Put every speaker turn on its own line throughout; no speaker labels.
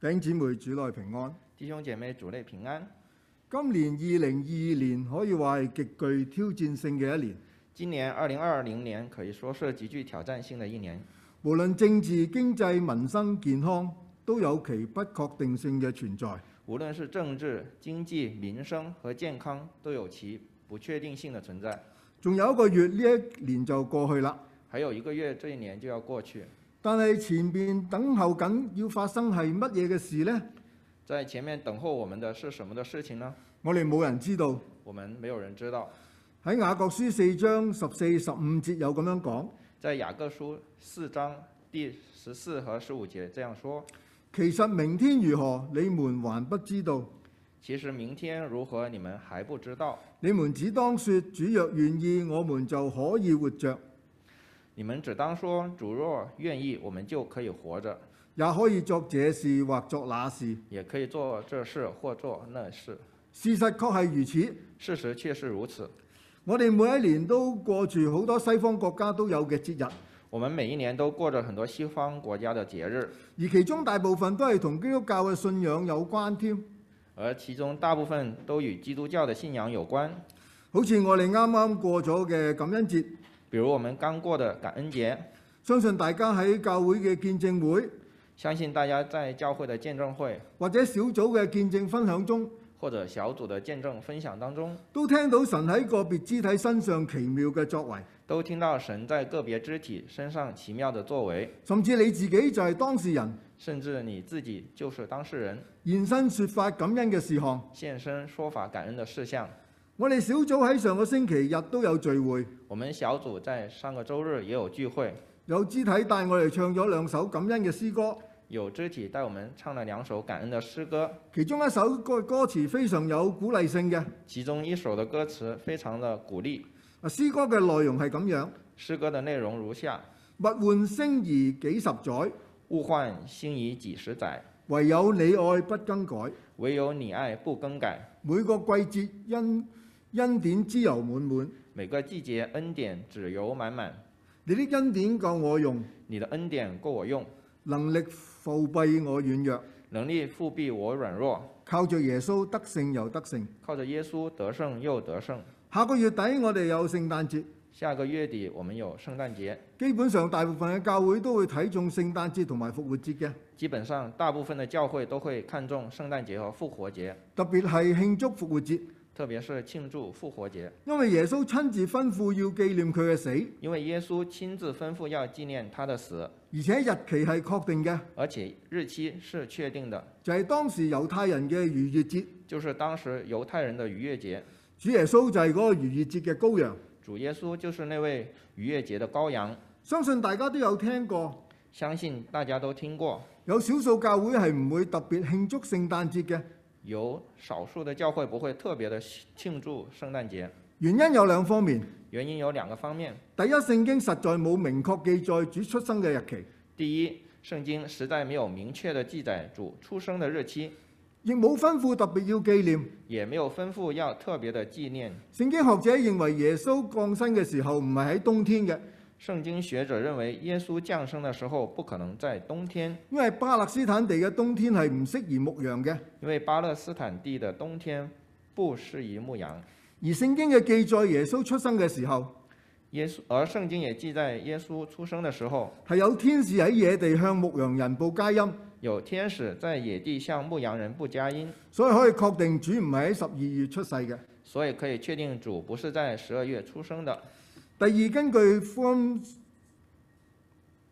弟兄姊妹主內平安。
弟兄姐妹，主内平安。
今年二零二年可以話係極具挑戰性嘅一年，
今年二零二零年可以说是极具挑战性的一年，
無論政治、經濟、民生、健康，都有其不確定性嘅存在。
无论是政治、经济、民生和健康，都有其不确定性的存在。
仲有一個月，呢一年就過去啦。
还有一个月，这一年就要过去，
但係前面等候緊要發生係乜嘢嘅事呢？
在前面等候我们的是什么的事情呢？
我哋冇人知道。
我们没有人知道。
喺雅各書四章十四、十五節有咁樣講。
在雅各书四章第十四和十五节这样说：
其實明天如何，你們還不知道。
其实明天如何，你们还不知道。
你們只當說：主若願意，我們就可以活着，
你们只当说主若愿意，我们就可以活着，
也可以作這事或作那事。
也可以做这事或做那事。
事實確係如此。
事实却是如此。
我哋每一年都過住好多西方國家都有嘅節日，
我们每一年都过着很多西方国家的节日，
而其中大部分都係同基督教嘅信仰有關添。
而其中大部分都与基督教的信仰有关。
好似我哋啱啱過咗嘅感恩節，
比如我们刚过的感恩节，
相信大家喺教會嘅見證會
相信大家在教会的见证会
或者小組嘅見證分享中，
或者小组的见证分享当中，
都聽到神喺個別肢體身上奇妙嘅作為，
都听到神在个别肢体身上奇妙的作为，
甚至你自己就係當事人
甚至你自己就是当事人
現身説法感恩嘅事項。
现身说法感恩的事项。
我哋小組喺上個星期日都有聚會，
我们小组在上个周日也有聚会，
有肢體帶我哋唱咗兩首感恩嘅詩歌，
有肢体带我们唱了两首感恩的诗歌，
其中一首歌歌詞非常有鼓勵性嘅。
其中一首的歌词非常的鼓励。
啊，詩歌嘅內容係咁樣：
诗歌的内容如下：
物換星移幾十載，
物换星移几十载，
唯有你愛不更改。
唯有你爱不更改。
每個季節恩恩典之油滿滿，
每个季节恩典只油满滿，
你的恩典夠我用，
你的恩典够我用，
能力覆庇我軟弱，
能力复辟我软弱。
靠着耶穌得勝又得勝。
靠着耶稣得胜又得胜。
下個月底我哋有聖誕節，
下个月底我们有圣诞节，
基本上大部分嘅教會都會睇中聖誕節同埋復活節嘅，
基本上大部分的教会都会看重圣诞节和复活节，
特別係慶祝復活節，
特别是庆祝复活节，
因為耶穌親自吩咐要紀念佢嘅死，而
因为耶稣亲自吩咐要纪念他的死，
且日期係確定嘅，
而且日期是确定的，
就係、當時猶太人嘅逾越節。
就是当时犹太人的逾越节。
主耶穌就係嗰個逾越節嘅羔羊，
主耶稣就是那位逾越节的羔羊，
相信大家都有聽過。
相信大家都听过。
有少數教會係唔會特別慶祝聖誕節嘅，
有少数的教会不会特别的庆祝圣诞节，
原因有兩方面。
原因有两个方面。
第一，聖經實在冇明確記載主出生嘅日期，
第一，圣经实在没有明确的记载主出生的日期，
亦冇吩咐特別要紀念。
也没有吩咐要特别的纪念。
聖經學者認為耶穌降生嘅時候唔係喺冬天嘅，
圣经学者认为，耶稣降生的时候不可能在冬天，
因為巴勒斯坦地嘅冬天係唔適宜牧羊嘅。
因为巴勒斯坦地的冬天不适宜牧羊。
而聖經嘅記載耶穌出生嘅時候
耶稣，而圣经也记载，耶稣出生的时候，
係有天使喺野地向牧羊人報佳音，
有天使在野地向牧羊人不佳音，
所以可以確定主唔係喺十二月出世嘅。
所以可以确定主不是在十二月出生的。
第二，根據福音，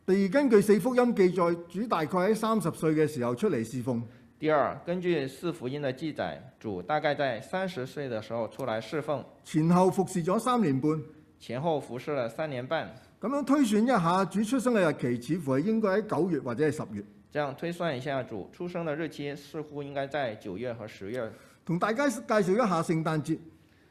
第二根據四福音記載，主大概喺三十歲嘅時候出嚟侍奉。
第二，根据四福音的记载，主大概在三十岁的时候出来侍奉，
前後服侍咗三年半，
前后服侍了三年半。
咁樣推算一下，主出生嘅日期似乎係應該喺九月或者係十月。
这样推算一下，主出生的日期似乎应该在九月和十月。
同大家介紹一下聖誕節。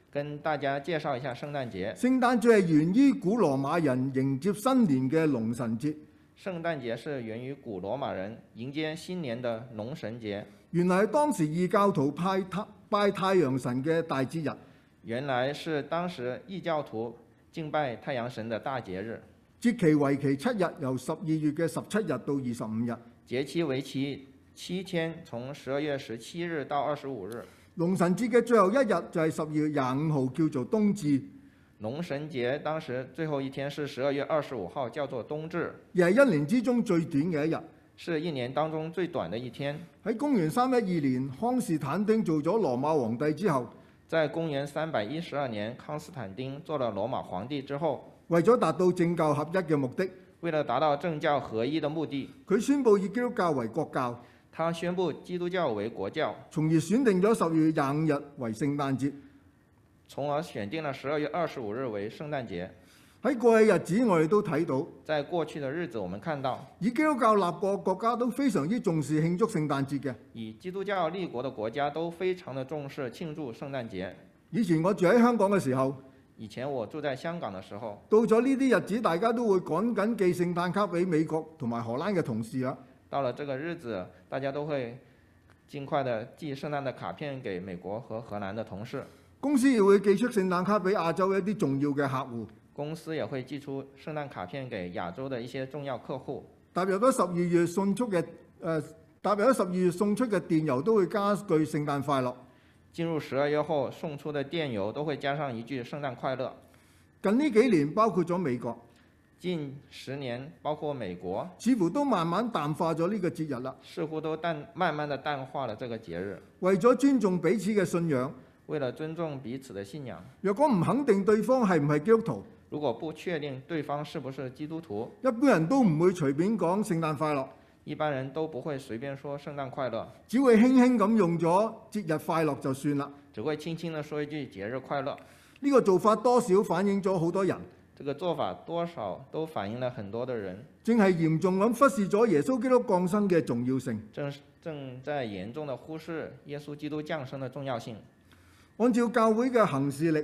跟大家介绍一下圣诞节。
聖誕節係源於古羅馬人迎接新年嘅龍神節。
圣诞节是源于古罗马人迎接新年的农神节，
原來係當時異教徒派太拜太陽神嘅大節日。
原来是当时异教徒敬拜太阳神的大节日，
節期為期七日，由十二月嘅十七日到二十五日。
节期为期七天，从十二月十七日到二十五日。
龍神節嘅最後一日就係十二月廿五號，叫做冬至，
农神节当时最后一天是十二月二十五号，叫做冬至，
亦係一年之中最短嘅一日。
是一年当中最短的一天。
喺公元三一二年，康士坦丁做咗羅馬皇帝之後，
在公元三百一十二年，康斯坦丁做了罗马皇帝之后，
為咗達到政教合一嘅目的，
为了达到政教合一的目的，
佢宣布以基督教為國教，
他宣布基督教为国教，
從而選定咗十二月廿五日為聖誕節。
从而选定了十二月二十五日为圣诞节。
喺過去日子，我哋都睇到
在过去的日子，我们看到
以基督教立國國家都非常之重視慶祝聖誕節嘅。
以基督教立国的国家都非常的重视庆祝圣诞节。
以前我住喺香港嘅時候，
以前我住在香港的时候，
到咗呢啲日子，大家都會趕緊寄聖誕卡俾美國同埋荷蘭嘅同事啦。
到了这个日子，大家都会尽快的寄圣诞的卡片给美国和荷兰的同事，
公司亦會寄出聖誕卡俾亞洲一啲重要嘅客戶。
公司也会寄出圣诞卡片给亚洲的一些重要客户。
踏入咗十二月送出嘅誒、呃踏入咗十二月送出嘅電郵都會加句聖誕快樂。
进入十二月后，送出的电邮都会加上一句“圣诞快乐
近呢幾年，包括咗美國，”。
近十年，包括美国，
似乎都慢慢淡化咗呢個節日啦。
似乎都淡慢慢的淡化了这个节日。
為咗尊重彼此嘅信仰，
为了尊重彼此的信仰，
若果唔肯定對方係唔係基督徒，
如果不确定对方是不是基督徒，
一般人都唔會隨便講聖誕快樂，
一般人都不会随便说“圣诞快乐
只會輕輕咁用咗節日快樂就算啦。”，
只会轻轻的说一句“节日快乐”。
呢、個做法多少反映咗好多人
这个做法多少都反映了很多的人
正係嚴重咁忽視咗耶穌基督降生嘅重要性。
正正在严重的忽视耶稣基督降生的重要性。
按照教會嘅行事力，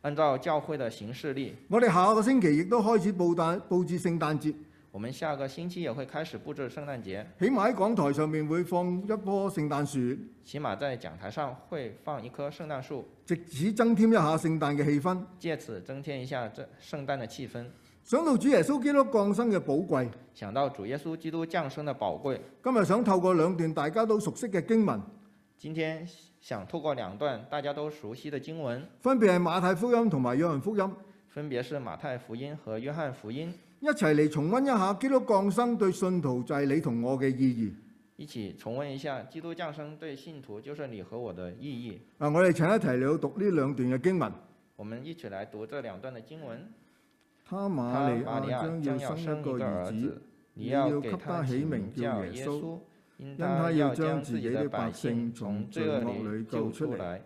按照教会的行事历，
我哋下個星期亦都開始佈誕佈置聖誕節，
我们下个星期也会开始布置圣诞节，
起碼喺講台上面會放一棵聖誕樹，
起码在讲台上会放一棵圣诞树，
藉此增添一下聖誕嘅氣氛。
借此增添一下这圣诞的气氛。
想到主耶穌基督降生嘅寶貴，
想到主耶稣基督降生的宝贵，
今日想透過兩段大家都熟悉嘅經文，
今天想透过两段大家都熟悉的经文，
分別係馬太福音同埋約翰福音，
分别是马太福音和约翰福音，
一齊嚟重温一下基督降生對信徒就係你同我嘅意義。
一起重温一下基督降生对信徒就是你和我的意义。
啊，我哋請一齊嚟到讀呢兩段嘅經文。
我们一起来读这两段的经文。
他瑪
他
利
玛利亚
亞
将
將
要
要生
生
一
一
個兒
个儿
子，
子，你要给
要給他
起
起名
名
叫
叫
耶
耶
穌
穌，因
因
他
他
要
要
将
將
自
自
己
己
的
的
百
百
姓
姓
从
從
罪
罪
恶
恶
里
里
救
救
出
出
来。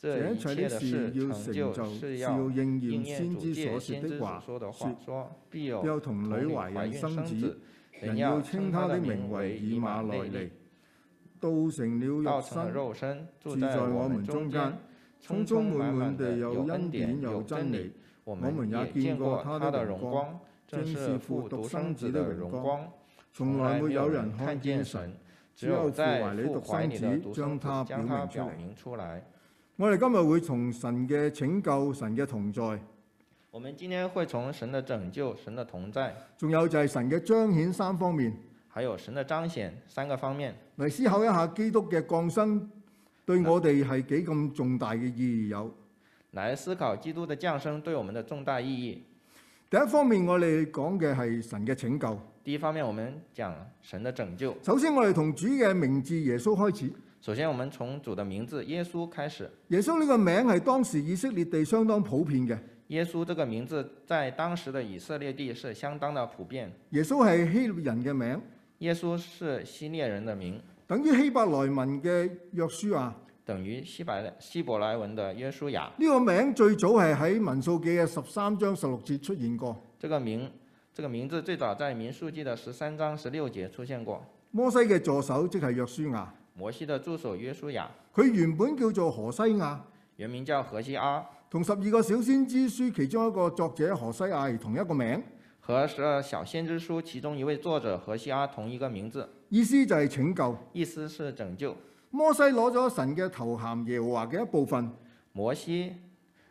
這
这
一
一
切
切
的
的
事
事
要
成
成
就，
就是
是
要
要
應
应
驗
验
先
主
知
借
所說
先知
的
所
話，
说的话
說，
说必有
又童
童
女
女
懷
怀
孕
孕
生
生
子，
子，
人
人
要
要
稱
称
他
他
的
的
名
名
為
为
以
以
馬
马
內
内
利
利，，
道成了
道
肉
成了
身，
肉身，住
住
在
在
我
我
们
們
中
中
间
間，，
充
充
充
充滿
满满
滿
地
地
有
有
恩
恩
典
典
有
有
真
真
理
理。。
我
我
们
们也
见
见
过
过
他
他
的
的
荣
荣
光，正
正
是
是
父
父独
独
生
生子
子
的
的荣
荣
光
光，
從來沒有人看見
看见
神。
神，只
只有
有
父
在
懷你
父
獨
怀
生
你的
子
独
將
生子
他
将
表
他
明出
表
嚟
明出来。
我哋今日會從神嘅拯救、神嘅同在，
我们今天会从神的拯救、神的同在，
仲有就係神嘅彰顯三方面
还有神的彰显三个方面
嚟思考一下基督嘅降生對我哋係幾咁重大嘅意義有。
来思考基督的降生对我们的重大意义。
第一方面，我哋講嘅係神嘅拯救。
第一方面，我们讲神的拯救。
首先，我哋同主嘅名字耶穌開始。
首先，我们从主的名字耶穌开始。
耶穌呢個名係當時以色列地相當普遍嘅。
耶穌这个名字在当时的以色列地是相当的普遍。
耶穌係希臘人嘅名，
耶稣是希列人的名，
等於希伯來文嘅約書亞。
等于希伯来希伯来文的约书亚。
呢、個名最早係喺民數記嘅十三章十六節出現過。
这个名这个名字最早在民数记的十三章十六节出现过。
摩西嘅助手即係約書亞，
摩西的助手约书亚，
佢原本叫做何西亞，
原名叫何西阿，
同十二個小先知書其中一個作者何西亞係同一個名，
和十二小先知书其中一位作者何西阿同一个名字，
意思就係拯救。
意思是拯救。
摩西攞咗神嘅頭銜耶和華嘅一部分，
摩西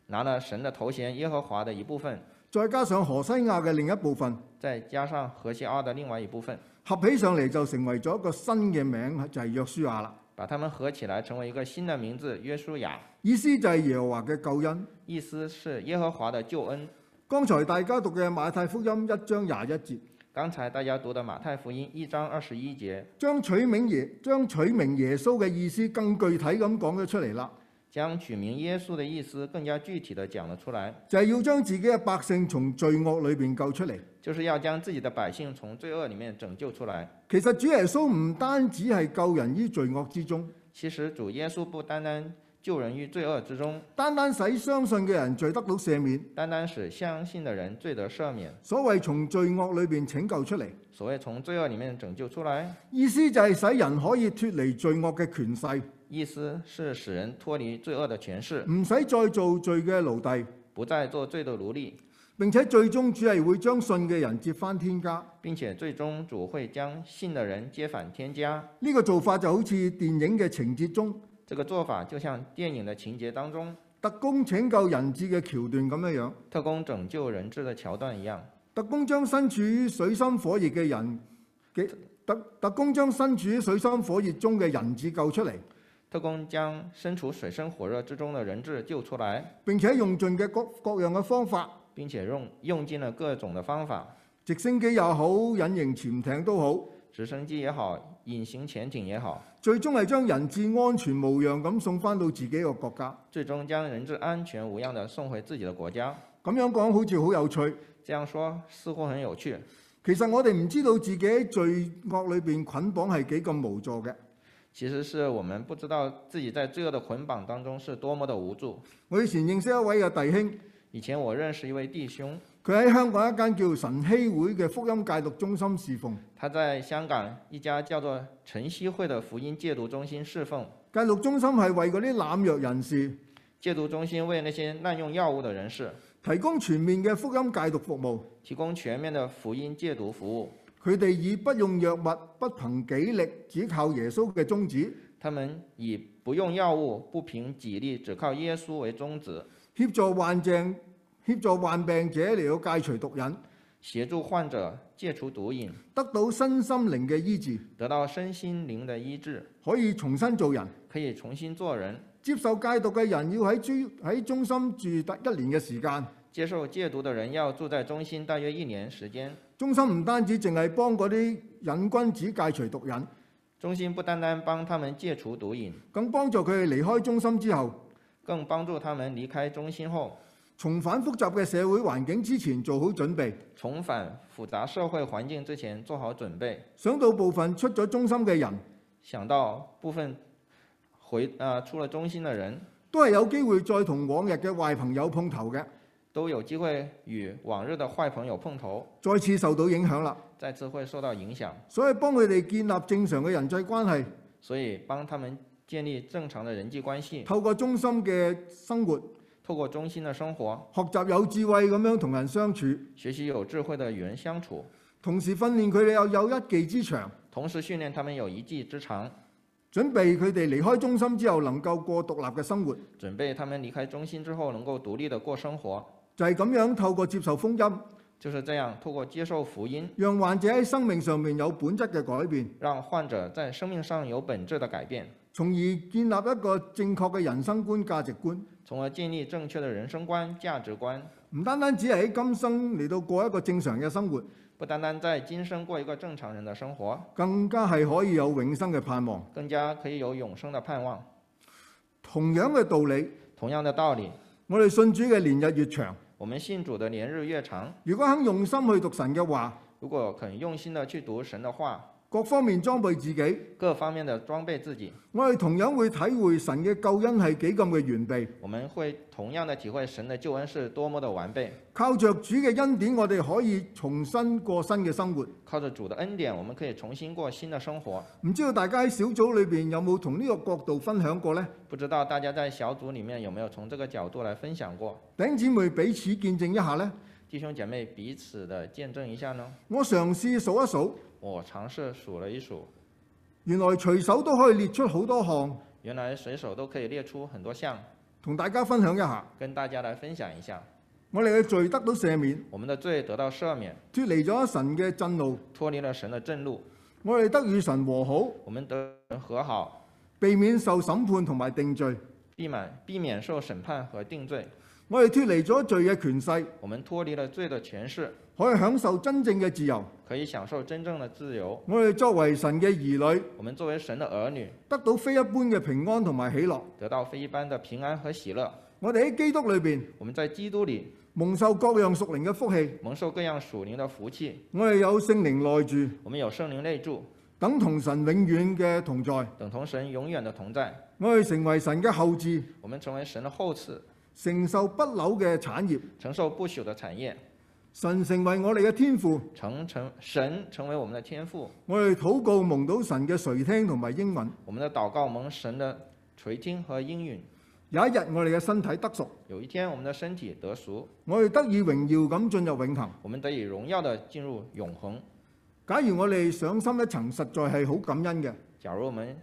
拿了神的头衔耶和华的一部分，
再加上何西亞嘅另一部分，
再加上何西阿的另外一部分，
合起上嚟就成為咗一個新嘅名，就係、約書亞啦。
把它们合起来成为一个新的名字约书亚，
意思就係耶和華嘅救恩。
意思是耶和华的救恩。
剛才大家讀嘅馬太福音一章廿一節，
刚才大家读的马太福音一章二十一节，
將取名耶將取名耶穌嘅意思更具體咁講咗出嚟啦，
将取名耶稣的意思更加具体的讲了出来，
就係、要將自己嘅百姓從罪惡裏邊救出嚟。
就是要将自己的百姓从罪恶里面拯救出来。
其實主耶穌唔單止係救人於罪惡之中，
其实主耶稣不单单救人于罪恶之中，
單單使相信嘅人罪得到赦免。
单单使相信的人罪得赦免。
所謂從罪惡裏邊拯救出嚟，
所谓从罪恶里面拯救出来，
意思就係使人可以脱離罪惡嘅權勢，
意思是使人脱离罪恶的权势，
唔使再做罪嘅奴隸。
不再做罪的奴隶，
並且最終主係會將信嘅人接翻天家。
并且最终主会将信的人接返天家。
呢、個做法就好似電影嘅情節中
这个做法就像电影的情节当中
特工拯救人質嘅橋段咁樣樣。
特工拯救人质的桥段一样，
特工將身處於水深火熱嘅人嘅特特工將身處於水深火熱中嘅人質救出嚟，
特工将身处水深火热之中的人质救出来，
並且用盡嘅各各樣嘅方法，
并且用用尽了各种的方法，
直升機又好，隱形潛艇都好，
直升机也好，隐形潜艇也好，
最終係將人質安全無恙咁送翻到自己個國家。
最终将人质安全无恙地送回自己的国家。
咁樣講好似好有趣，
这样说似乎很有趣，
其實我哋唔知道自己喺罪惡裏邊捆綁係幾咁無助嘅。
其实是我们不知道自己在罪恶的捆綁當中是多麼的無助。
我以前認識一位嘅弟兄，
以前我認識一位弟兄，
佢喺香港一間叫神曦會嘅福音戒毒中心侍奉。
他在香港一家叫做晨曦会的福音戒毒中心侍奉。
戒毒中心係為嗰啲濫藥人士
戒毒中心为那些滥用藥物的人士
提供全面嘅福音戒毒服務。
提供全面的福音戒毒服務。
佢哋以不用藥物、不憑己力，只靠耶穌嘅宗旨，
他们以不用藥物、不憑己力，只靠耶穌為宗旨，
協助患者、協助患病者嚟到戒除毒癮，
協助患者戒除毒癮，
得到身心靈嘅醫治，
得到身心靈的醫治，
可以重新做人。
可以重新做人。
接受戒毒嘅人要喺中喺中心住得一年嘅時間。
接受戒毒的人要住在中心大约一年时間。
中心唔單止淨係幫嗰啲癮君子戒除毒癮，
中心不单單幫他们戒除毒癮，
更幫助佢哋離開中心之後，
更幫助他们離開中心後
重返複雜嘅社會環境之前做好準備。
重返複雜社會環境之前做好準備。
想到部分出咗中心嘅人
想到部分回啊、出了中心的人
都係有機會再同往日嘅壞朋友碰頭嘅，
都有機會與往日的壞朋友碰頭，
再次受到影響啦。
再次會受到影響，
所以幫佢哋建立正常嘅人際關係，
所以幫他们建立正常的人際關係，
透過中心嘅生活，
透過中心的生活
學習有智慧咁樣同人相處，
學習有智慧的與人相處，
同時訓練佢哋又有一技之長，
同時訓練他们有一技之長，
準備佢哋離開中心之後能夠過獨立嘅生活。
準備他们離開中心之後能夠獨立的過生活。
就係咁樣透過接受福音，
就是這樣，透過接受福音，
讓患者喺生命上面有本質嘅改變，
讓患者在生命上有本質的改變，
從而建立一個正確嘅人生觀、價值觀。
從而建立正確的人生觀、價值觀。
唔單單只係喺今生嚟到過一個正常嘅生活，
不单单在今生過一個正常人的生活，
更加係可以有永生嘅盼望。
更加可以有永生的盼望。
同樣嘅道理，
同樣的道理，
我哋信主嘅年日越長，
我們信主的年日越長，
如果肯用心去讀神嘅話，
如果肯用心的去讀神的話，
各方面裝備自己，
各方面的裝備自己，
我哋同樣會體會神嘅救恩係幾咁嘅完備。
我們會同樣的體會神的救恩是多麼的完備。
靠着主嘅恩典，我哋可以重新過新嘅生活。
靠着主的恩典，我們可以重新過新的生活。
唔知道大家喺小組裏邊有冇同呢個角度分享過呢？
不知道大家在小組裡面有沒有從這個角度來分享過？
弟兄姊妹彼此見證一下呢。
弟兄姐妹彼此的见证一下呢？
我嘗試數一數，
我尝试数了一数，
原來隨手都可以列出好多項，
原来随手都可以列出很多项，
同大家分享一下。
跟大家来分享一下。
我哋嘅罪得到赦免，
我们的罪得到赦免，
脱離咗神嘅震怒，
脱离了神的震怒，
我哋得與神和好，
我们得和好，
避免受審判同埋定罪。
避免避免受審判和定罪。
我哋脱離咗罪嘅權勢，
我们脱离了罪的权势，
可以享受真正嘅自由。
可以享受真正的自由。
我哋作為神嘅兒女，
我们作为神的儿女，
得到非一般嘅平安同埋喜樂。
得到非一般的平安和喜乐。
我哋喺基督裏邊
我们在基督里
蒙受各樣屬靈嘅福氣，
蒙受各樣屬靈的福氣，
我哋有聖靈內住，
我們有圣灵内住，
等同神永遠嘅同在。
等同神永遠的同在。
我哋成為神嘅後嗣，
我们成为神的后嗣，
承受不朽嘅產業。
承受不朽的產業。
神成為我哋嘅天父，
成成神成为我们的天赋，
我哋禱告蒙到神嘅垂聽同埋應允。
我们的祷告蒙神的垂听和应允。
有一日我哋嘅身體得贖，
有一天，我们的身体得赎，
我哋得以榮耀咁進入永恆。
我们得以榮耀的进入永恒。
假如我哋上心一層，實在係好感恩嘅。
假如我们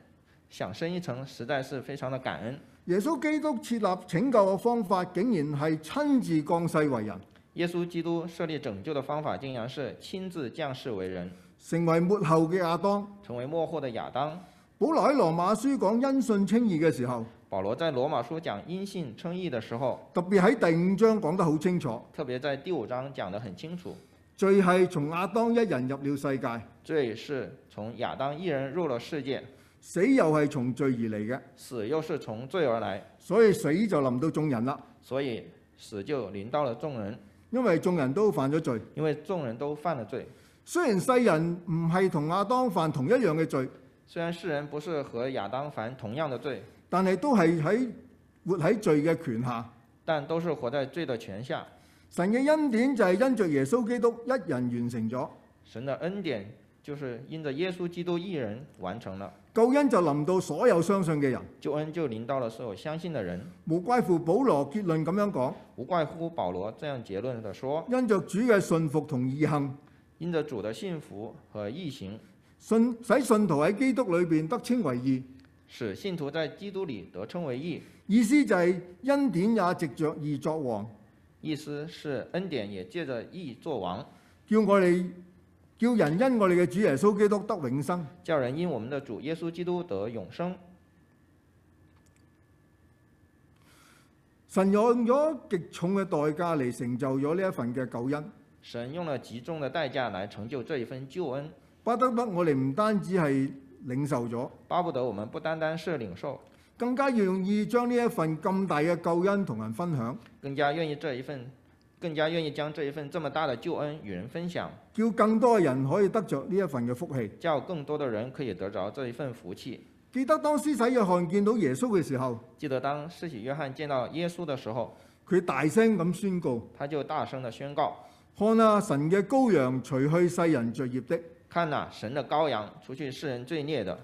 想深一层，实在是非常的感恩。
耶穌基督設立拯救嘅方法，竟然係親自降世為人，
耶穌基督设立拯救的方法，竟然是亲自降世为人，
成為末後嘅亞當。
成为幕后的亚当。
保羅喺羅馬書講因信稱義嘅時候，
保罗在罗马书讲因信称义的时候，
特別喺第五章講得好清楚，
特别在第五章讲得很清楚，
罪係從亞當一人入了世界，
罪是从亚当一人入了世界，
死又係從罪而嚟嘅，
死又是从罪而来，
所以死就臨到眾人啦。
所以死就临到了众人，
因為眾人都犯咗罪，
因为众人都犯了罪。
雖然世人唔係同亞當犯同一樣嘅罪，
虽然世人不是和亚当犯同样的罪，
但係都係喺活喺罪嘅權下。
但都是活在罪的权下。
神嘅恩典就係因着耶穌基督一人完成咗，
神的恩典就是因着耶稣基督一人完成了，
救恩就臨到所有相信嘅人。
救恩就临到了所有相信的人。
無怪乎保羅結論咁樣講：
无怪乎保罗这样结论的说：
因着主嘅信服同義行，
因着主的信服和义行，
信使信徒喺基督裏邊得稱為義。
使信徒在基督里得称为义。
意思就係恩典也藉着義作王，
意思是恩典也借着义作王，
叫我哋叫人因我哋嘅主耶穌基督得永生。
叫人因我们的主耶稣基督得永生。
神用咗極重嘅代價嚟成就咗呢一份嘅救恩，
神用了极重的代价来成就这一份救恩，
巴得得我哋唔單止係領受咗，
巴不得我们不單單是领受，
更加願意將呢一份咁大嘅救恩同人分享，
更加愿意这一份，更加愿意将这一份这么大的救恩与人分享，
叫更多嘅人可以得着呢一份嘅福氣。
叫更多的人可以得着这一份福气。
記得當施洗約翰見到耶穌嘅時候，
记得当施洗约翰见到耶稣的时候，
佢大聲咁宣告：
他就大声的宣告
看啊，神嘅羔羊，除去世人罪孽的。：“
看哪、神的羔羊，除去世人罪孽的，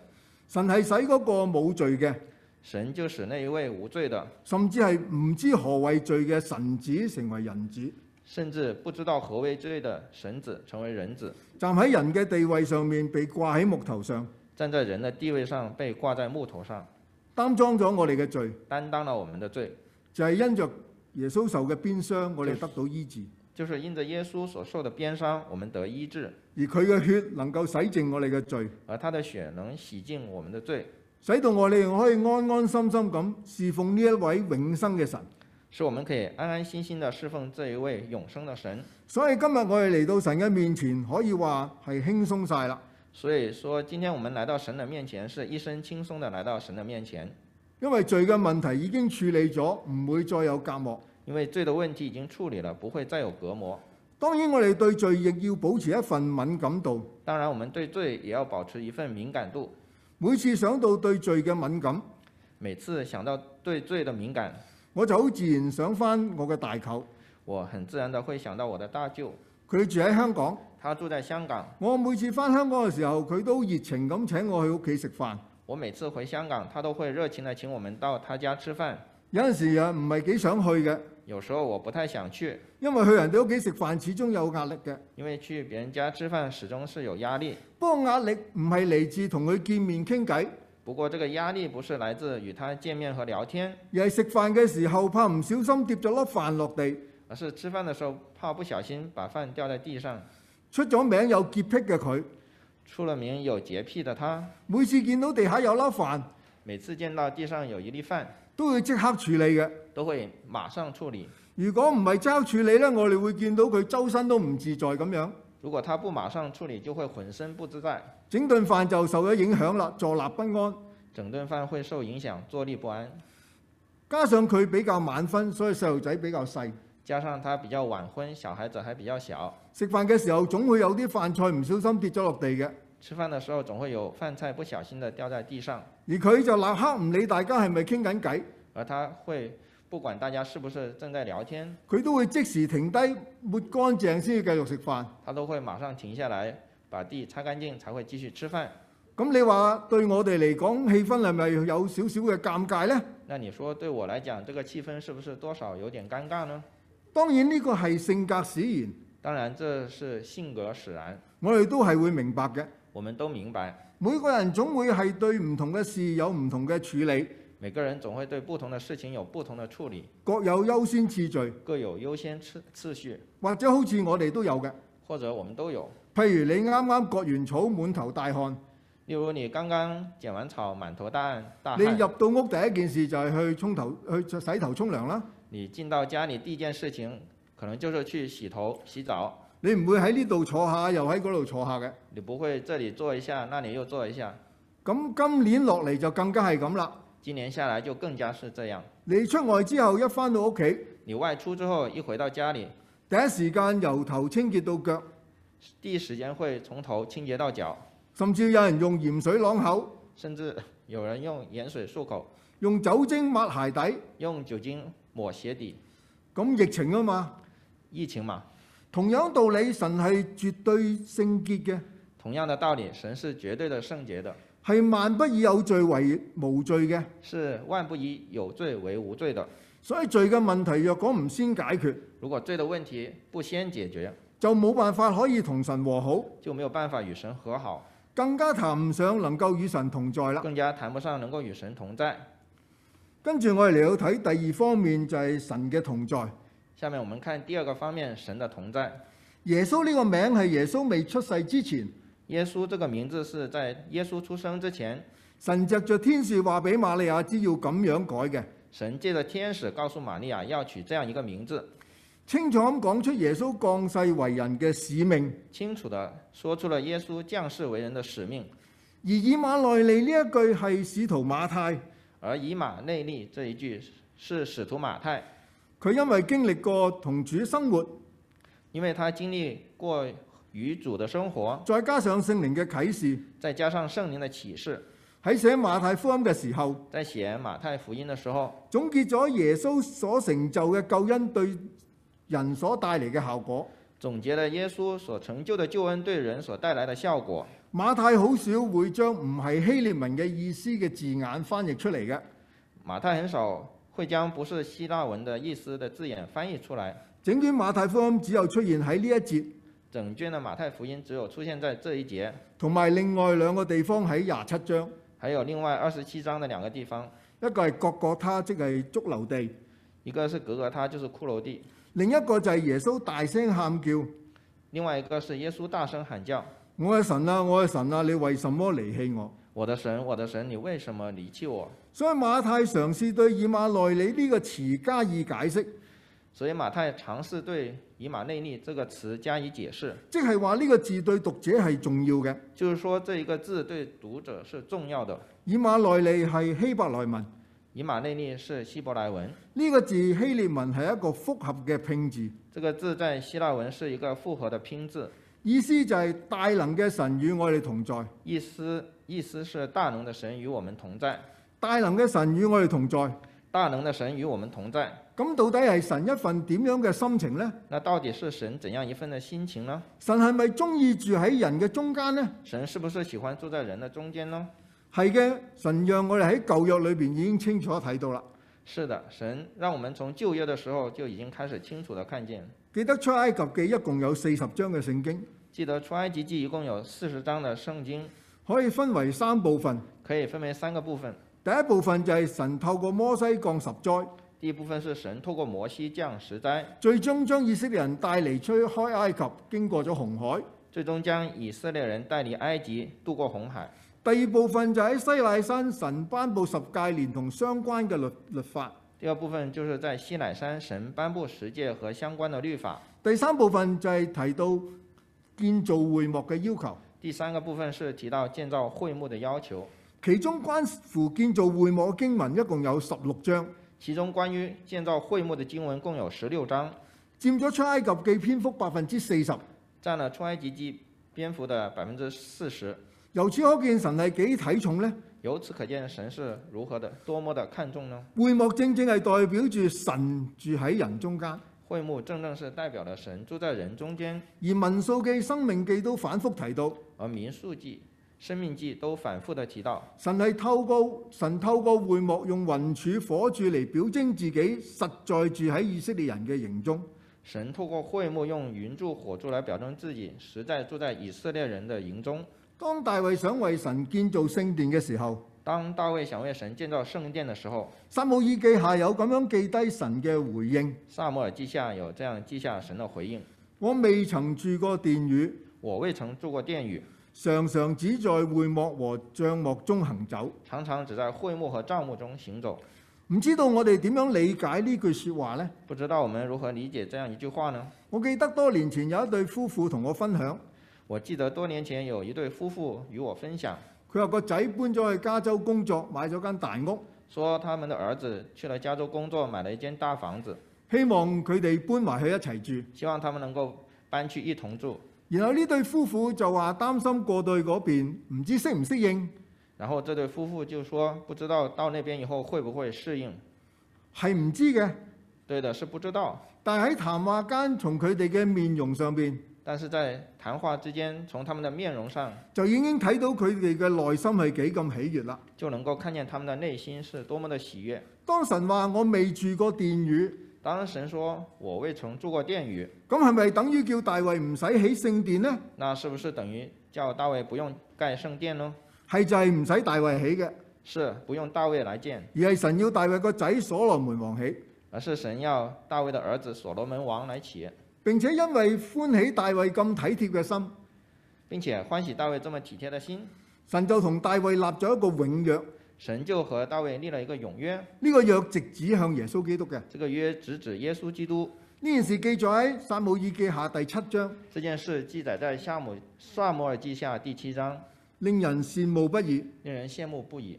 神係使嗰個冇罪嘅，
神就使那一位无罪的，
甚至係唔知何為罪嘅神子成為人子，
甚至不知道何为罪的神子，成为人子，
站喺人嘅地位上面被掛喺木頭上，
站在人的地位上被挂在木头上，
擔當咗我哋嘅罪，
担当了我们的罪。”
就係、因着耶穌受嘅鞭傷，我哋得到醫治，
就是因着耶稣所受的鞭伤，我们得医治，
而佢嘅血能夠洗淨我哋嘅罪，
而他的血能洗净我们的罪，
使到我哋可以安安心心咁侍奉呢一位永生嘅神。
使我们可以安安心心的侍奉这一位永生的神。
所以今日我哋嚟到神嘅面前，可以話係輕鬆晒啦，
所以说，今天我们来到神的面前，是一身轻松的来到神的面前，
因為罪嘅問題已經處理咗，唔會再有隔膜。
因为罪的问题已经处理了，不会再有隔膜。
當然，我哋對罪亦要保持一份敏感度。
当然，我们对罪也要保持一份敏感度，
每次想到對罪嘅敏感，
每次想到对罪的敏感，
我就好自然想翻我嘅大舅，
我很自然的会想到我的大舅，
佢住喺香港。
他住在香港，
我每次翻香港嘅時候，佢都熱情咁請我去屋企食飯。
我每次回香港，他都会热情的请我们到他家吃饭。
有陣時啊，唔係幾想去嘅，
有时候我不太想去，
因為去人哋屋企食飯始終有壓力嘅。
因为去別人家吃飯始終是有壓力。
不過壓力唔係嚟自同佢見面傾偈，
不過這個壓力不是來自與他見面和聊天，
而係食飯嘅時候怕唔小心跌咗粒飯落地，
而是吃飯的時候怕不小心把飯掉在地上。
出咗名有潔癖嘅佢，
出了名有洁癖的他，
每次見到地下有粒飯，
每次見到地上有一粒飯，
都會即刻處理嘅。
都會馬上處理。
如果唔係即刻處理呢，我哋會見到佢周身都唔自在咁樣，
如果他不馬上處理，就會渾身不自在，
整頓飯就受咗影響啦，坐立不安。
整頓飯會受影響，坐立不安。
加上佢比較晚婚，所以細路仔比較細。
加上他比較晚婚，小孩子還比較小，
食飯嘅時候總會有啲飯菜唔小心跌咗落地嘅，
吃飯的時候總會有飯菜不小心的掉在地上，
而佢就立刻唔理大家係咪傾緊偈，
而他會不管大家是不是正在聊天，
佢都會即時停低抹乾淨先至繼續食飯。
他都會馬上停下來，把地擦乾淨才會繼續吃飯。
咁你話對我哋嚟講，氣氛係咪有少少嘅尷尬呢？
那你說對我來講，這個氣氛是不是多少有點尷尬呢？
當然呢個係性格使然，
當然這是性格使然，
我哋都係會明白嘅。
我們都明白，
每個人總會係對唔同嘅事有唔同嘅處理，
每個人總會對不同的事情有不同的處理，
各有優先次序，
各有優先次次序，
或者好似我哋都有嘅。
或者我們都有。
譬如你啱啱割完草，滿頭大汗，
例如你剛剛剪完草，滿頭大汗，大
你
汗。
入到屋第一件事就係去沖頭、去洗頭、沖涼啦。
你进到家里第一件事情，可能就是去洗头、洗澡，
你唔會喺呢度坐下，又喺嗰度坐下嘅。
你不会这里坐一下，那里又坐一下。
咁今年落嚟就更加係咁啦。
今年下來就更加是這樣。
你出外之後一翻到屋企，
你外出之後一回到家里，
第一時間由頭清潔到腳，
第一時間會從頭清潔到腳，
甚至有人用鹽水啷口，
甚至有人用鹽水漱口，
用酒精抹鞋底。
用酒精抹鞋底。
咁疫情啊嘛，
疫情嘛，
同樣道理，神係絕對聖潔嘅，
同樣的道理，神是絕對的聖潔的，
係萬不以有罪為無罪嘅。
是萬不以有罪為無罪的。
所以罪嘅問題若果唔先解決，
如果罪的問題不先解決，
就冇辦法可以同神和好，
就沒有辦法與神和好，
更加談唔上能夠與神同在啦。
更加談不上能夠與神同在。
跟住我哋嚟到睇第二方面就係神嘅同在。
下面我们看第二个方面，神的同在。
耶穌呢個名係耶穌未出世之前，
耶稣这个名字是在耶稣出生之前，
神藉着天使話俾瑪利亞知要咁樣改嘅，
神借着天使告訴玛利亚要取这样一个名字，
清楚咁講出耶穌降世為人嘅使命。
清楚的说出了耶稣降世为人的使命。
而以馬內利呢一句係使徒馬太，
而以马内利这一句是使徒马太，
佢因為經歷過同主生活，
因为他经历过与主的生活，
再加上聖靈嘅啟示，
再加上圣灵的启示，
喺寫馬太福音嘅時候，
在写马太福音的时候，
總結咗耶穌所成就嘅救恩對人所帶嚟嘅效果。
总结了耶稣所成就的救恩对人所带来的效果。
馬太好少會將唔係希臘文嘅意思嘅字眼翻譯出嚟嘅，
马太很少会将不是希腊文的意思的字眼翻译出来。
整卷馬太福音只有出現喺呢一節，
整卷的马太福音只有出現在这一节，
同埋另外兩個地方喺廿七章，
还有另外二十七章的兩個地方，
一個係各各他，即係髑留地；
一個是格格他，就是骷髏地；
另一個就係耶穌大聲喊叫：
另外一個是耶穌大聲喊叫
我嘅神啊，我嘅神啊，你為什麼離棄我？：“
我的神，我的神，你為什麼離棄我
所以馬太嘗試對以馬內利呢個詞加以解釋，？”
所以馬太嘗試對“以馬內利”這個詞加以解釋，
即係話呢個字對讀者係重要嘅。
就是說這一個字對讀者是重要的。
以馬內利係希伯來文，呢、
以馬內利是希伯來文，
個字希臘文係一個複合嘅拼字。
這個字在希臘文是一個複合的拼字，
意思就係大能嘅神與我哋同在，
意思意思是大能的神與我們同在，
大能嘅神與我哋同在。
大能的神與我們同在。
咁到底係神一份點樣嘅心情呢？
那到底是神怎樣一份的心情呢？
神係咪中意住喺人嘅中間呢？
神是不是喜歡住在人的中間呢？
係嘅，神讓我哋喺舊約裏邊已經清楚睇到啦。
是的，神讓我們從舊約的時候就已經開始清楚地看見。
記得出埃及記一共有四十章嘅聖經，
記得出埃及記一共有四十章的聖經，
可以分為三部分。
可以分為三個部分。
第一部分就係神透過摩西降十災，
第一部分是神透過摩西降十災，
最終將以色列人帶離出開埃及，經過咗紅海。
最终将以色列人带离埃及，渡过红海。
第二部分就喺西乃山神頒布十戒連同相關嘅律律法。
第二部分就是在西乃山神颁布十诫和相关的律法。
第三部分就係提到建造會幕嘅要求，
第三个部分是提到建造会幕的要求，
其中關乎建造會幕嘅經文一共有十六章，
其中关于建造会幕的经文共有十六章，
佔咗出埃及記篇幅百分之四十。
占了出埃及记篇幅的百分之四十。
由此可見神係幾睇重呢？
由此可见，神是如何的多么的看重呢？
會幕正正係代表住神住喺人中間，
会幕正正是代表了神住在人中间，
而民數記、生命記都反覆提到，
而民数记、生命记都反复的提到，
神係透過神透過會幕用雲柱火柱嚟表徵自己實在住喺以色列人嘅營中。
神透过会幕用云柱火柱来表征自己，实在住在以色列人的营中。
當大衛想為神建造聖殿嘅時候，
当大卫想为神建造圣殿的时候，
撒母耳記下有咁樣記低神嘅回應：
萨摩尔记下有这样记下神的回应：
我未曾住過殿宇，
我未曾住过殿宇，
常常只在會幕和帳幕中行走。
常常只在会幕和帐幕中行走。
唔知道我哋點樣理解呢句説話呢？
不知道我们如何理解这样一句话呢？
我記得多年前有一對夫婦同我分享，
我记得多年前有一对夫妇与我分享，
佢話個仔搬咗去加州工作，買咗間大屋，
说他们的儿子去了加州工作，买了一间大房子，
希望佢哋搬埋去一齊住。
希望他们能够搬去一同住。
然後呢對夫婦就話擔心過到去嗰邊，唔知適唔適應。
然后这对夫妇就说，不知道到那边以后会不会适应。
係唔知嘅，
对的，是不知道。
但喺談話間，從佢哋嘅面容上邊
但是在谈话之间，從他们的面容上
就已經睇到佢哋嘅內心係幾咁喜悅啦。
就能够看见他们的内心是多么的喜悦。
當神話我未住過殿宇，
当神说“我未曾住过殿宇
咁係咪等於叫大衛唔使起聖殿呢？”，
那是不是等于叫大卫不用盖圣殿呢？
係就係唔使大衛起嘅，
是不用大卫来建，
而係神要大衛個仔所羅門王起。
而是神要大卫的儿子所罗门王来起，
並且因為歡喜大衛咁體貼嘅心，
并且欢喜大卫这么体贴的心，
神就同大衛立咗一個永約。
神就和大卫立了一个永约，
呢、個約直指向耶穌基督嘅。
这个约直指耶稣基督。
呢件事記載喺撒母耳記下第七章，
这件事记载在夏姆萨摩尔记下第七章，
令人羨慕不已。
令人羡慕不已。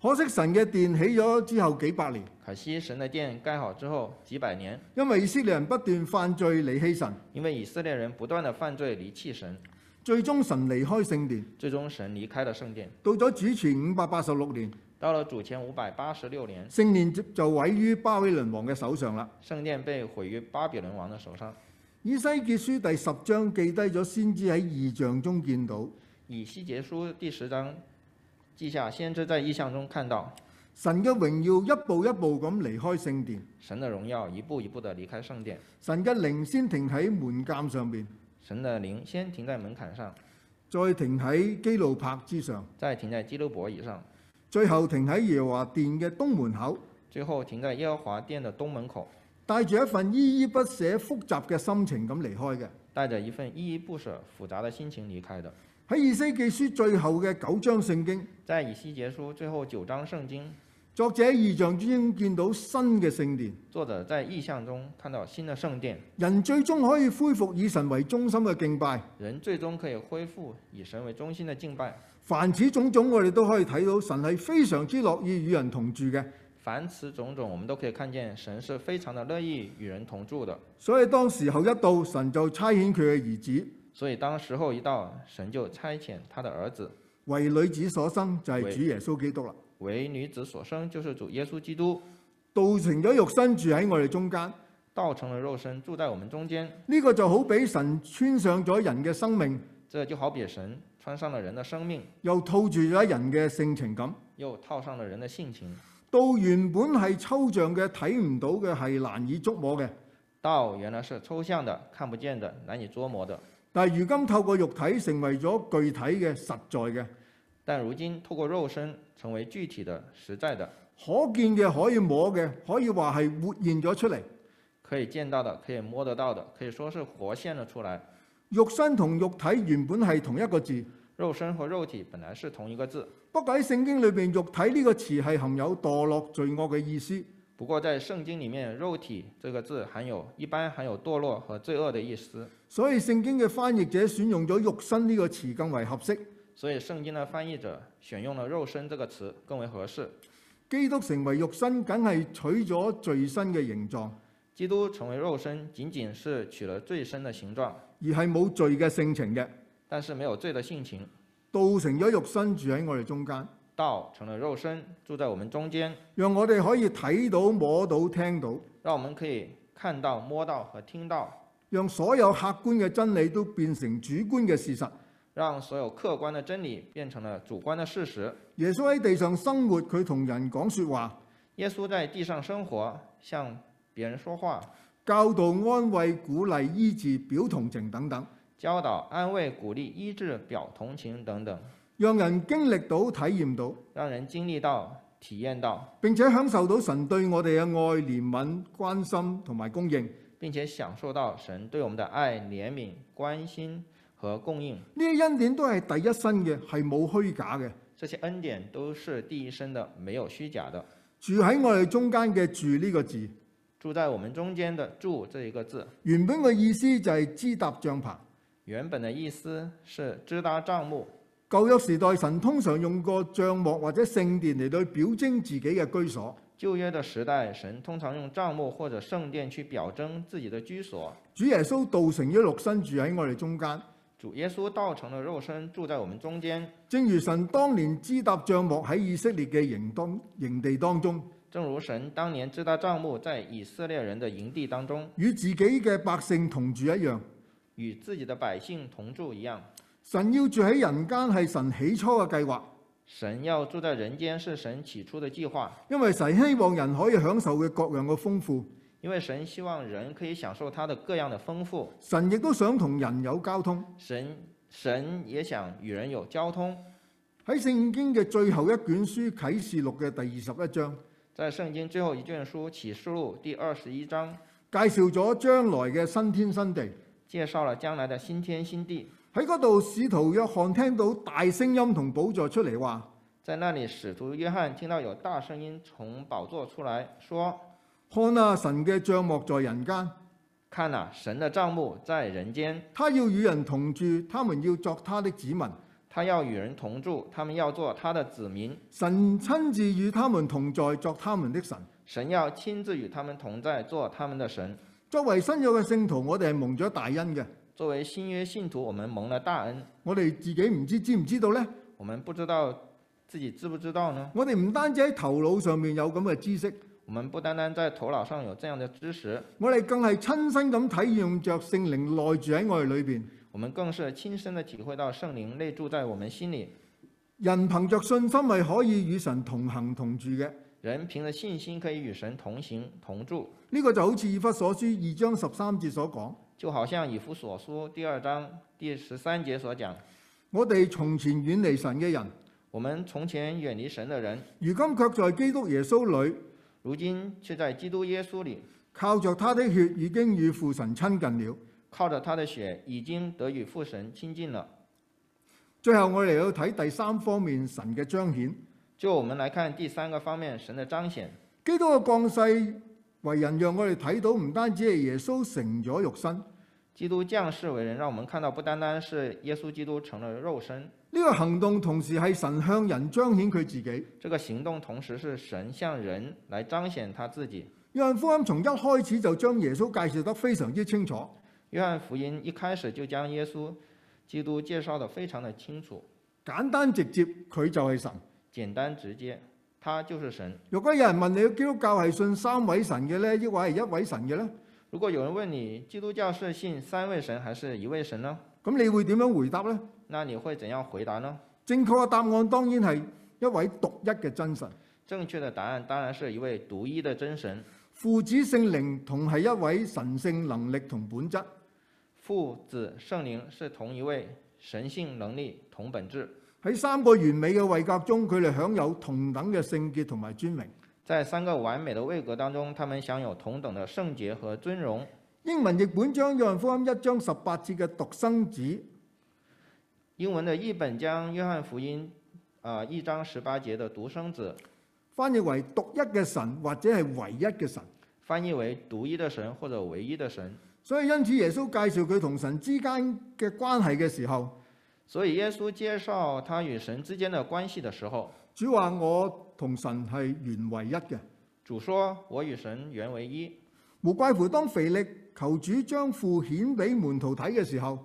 可惜神嘅殿起咗之後幾百年，
可惜神的殿盖好之后几百年，
因為以色列人不斷犯罪離棄神，
因为以色列人不断的犯罪离弃神，
最終神離開聖殿。
最终神离开了圣殿。
到咗主前五百八十六年，
到了主前五百八十六年，
聖殿就毀於巴比倫王嘅手上啦。
圣殿被毁于巴比伦王的手上。
以西結書第十章記低咗先知喺異象中見到
以西结书第十章记下，先知在意象中看到
神嘅榮耀一步一步咁離開聖殿，
神的荣耀一步一步地离开圣殿，
神嘅靈先停喺門檻上邊，
神的灵先停在门槛上，
再停喺基路柏之上，
再停在基路伯以上，
最後停喺耶和華殿嘅東門口。
最后停在耶和华殿的东门口，
帶住一份依依不捨、複雜嘅心情咁離開嘅。
带着一份依依不舍、复杂的心情离开的。
喺以西記書最後嘅九章聖經，
在以西结书最后九章圣经，
作者喺異象之中見到新嘅聖殿，
作者在意象中看到新的圣殿，
人最終可以恢復以神為中心嘅敬拜。
人最终可以恢复以神为中心的敬拜。
凡此種種，我哋都可以睇到神係非常之樂意與人同住嘅。
凡此种种，我们都可以看见神是非常的乐意与人同住的。
所以當時候一到，神就差遣佢嘅兒子
所以当时候一到，神就差遣他的儿子
為女子所生，就係、主耶穌基督啦。
为女子所生，就是主耶稣基督，
道成咗肉身住喺我哋中間，呢、
道成了肉身，住在我们中间。
個就好比神穿上咗人嘅生命，
这就好比神穿上了人的生命，
又套住咗人嘅性情咁。
又套上了人的性情。
到原本係抽象嘅、睇唔到嘅，係難以捉摸嘅。
道原来是抽象的、看不见的、难以捉摸的，
但係如今透過肉體成為咗具體嘅、實在嘅、
但如今透过肉身成为具体的、实在的，
可見嘅、可以摸嘅，可以話係活現咗出嚟。
可以见到的、可以摸得到的，可以说是活现了出来。
肉身同肉體原本係同一個字，
肉身和肉体本來是同一個字，
不過喺聖經裏邊，肉體呢個詞係含有墮落罪惡嘅意思。
不過在聖經裡面，“肉體”這個字含有一般含有墮落和罪惡的意思，
所以聖經嘅翻譯者選用咗肉身呢個詞更為合適。
所以聖經的翻譯者選用了“肉身”這個詞更為合適。
基督成為肉身，梗係取咗罪身嘅形狀，
基督成為肉身，僅僅是取了罪身的形狀，
而係冇罪嘅性情嘅，
但是沒有罪的性情。
道成咗肉身住喺我哋中間，
道成了肉身，住在我們中間，
讓我哋可以睇到、摸到、聽到，
讓我們可以看到、摸到和聽到，
讓所有客觀嘅真理都變成主觀嘅事實。
讓所有客觀的真理變成了主觀的事實。
耶穌喺地上生活，佢同人講説話，
耶穌在地上生活，向別人說話，
教導、安慰、鼓勵、醫治、表同情等等，
教導、安慰、鼓勵、醫治、表同情等等，
讓人經歷到、體驗到，
讓人經歷到、體驗到，
並且享受到神對我哋嘅愛、憐憫、關心同埋供應。
並且享受到神對我們的愛、憐憫、關心和供應。
呢啲恩典都係第一身嘅，係冇虛假嘅。
這些恩典都是第一身的，沒有虛假的。
住喺我哋中間嘅住呢個字，
住在我們中間的“住”這一個字，
原本嘅意思就係支搭帳棚。
原本的意思是支搭帳幕。
舊約時代，神通常用個帳幕或者聖殿嚟到表徵自己嘅居所。
舊約的時代，神通常用帳幕或者聖殿去表徵自己的居所。
主耶穌道成咗肉身住喺我哋中間，
主耶穌道成了肉身，住在我們中間，
正如神當年支搭帳幕喺以色列嘅營當營地當中，
正如神當年支搭帳幕在以色列人的營地當中，
與自己嘅百姓同住一樣。
與自己的百姓同住一樣。
神要住喺人間係神起初嘅計劃，
神要住在人間是神起初的計劃，
因為神希望人可以享受嘅各樣嘅豐富。
因為神希望人可以享受他的各樣的豐富。
神亦都想同人有交通。
神神也想與人有交通。
喺聖經嘅最後一卷書《啟示錄》嘅第二十一章，
在聖經最後一卷書《啟示錄》第二十一章，
介紹咗將來嘅新天新地。
介紹了將來的新天新地。
喺嗰度，使徒約翰聽到大聲音同寶座出嚟話：
在那裡，使徒約翰聽到有大聲音從寶座出來，說
看啊，神嘅帳幕在人間，：“
看哪、神的帳幕在人間，
他要與人同住，他們要作他的子民。
他要與人同住，他們要做他的子民。
神親自與他們同在，作他們的神。
神要親自與他們同在，做他們的神。
作為新約嘅聖徒，我哋係蒙咗大恩嘅。
作為新約信徒，我們蒙了大恩。
我哋自己唔知知唔知道呢？
我們不知道自己知不知道呢？
我哋唔單止喺頭腦上面有咁嘅知識，
我們不單單在頭腦上有這樣的知識，
我哋更係親身咁體驗着聖靈內住喺我哋裏邊。
我們更是親身的體會到聖靈內住在我們心裡。
人憑着信心係可以與神同行同住嘅。
人憑着信心可以與神同行同住，
呢、個就好似以弗所書二章十三節所講：
就好像以弗所書第二章第十三節所講：
我哋從前遠離神嘅人，
我們從前遠離神的人，
如今卻在基督耶穌裏，
如今卻在基督耶穌裡，
靠着他的血已經與父神親近了。
靠着他的血，已經得與父神親近了。
最後我哋要睇第三方面神嘅彰顯。
就我們來看第三個方面，神的彰顯。
基督嘅降世為人，讓我哋睇到唔單止係耶穌成咗肉身，呢、
基督降世為人，讓我們看到不單單是耶穌基督成了肉身，
個行動同時係神向人彰顯佢自己。
這個行動同時是神向人來彰顯他自己。
約翰福音從一開始就將耶穌介紹得非常之清楚。
約翰福音一開始就將耶穌基督介紹得非常的清楚、
簡單直接，佢就係神。
簡單直接，他就是神。
若果有人問你基督教係信三位神嘅呢，抑或係一位神嘅呢？
如果有人問你基督教是信三位神還是一位神呢？
咁你會點樣回答呢？
那你會怎樣回答呢？
正確嘅答案當然係一位獨一嘅真神，
正確的答案當然是一位獨一的真神，
父子聖靈同係一位神性能力同本質。
父、子、聖靈是同一位神性能力同本質。
喺三個完美嘅位格中，佢哋享有同等嘅聖潔同埋尊榮。
在三個完美的位格當中，他們享有同等的聖潔和尊榮。
英文譯本將約翰福音一章十八節嘅獨生子
英文的译本将《约翰福音》啊、一章十八节的独生子
翻譯為獨一嘅神或者係唯一嘅神。
翻译为独一的神或者唯一的神。
所以因此耶穌介紹佢同神之間嘅關係嘅時候，
所以耶稣介绍他与神之间的关系的时候，
主話我同神係原為一嘅。
主说：“我与神原为一。
無怪乎當腓力求主將父顯俾門徒睇嘅時候，”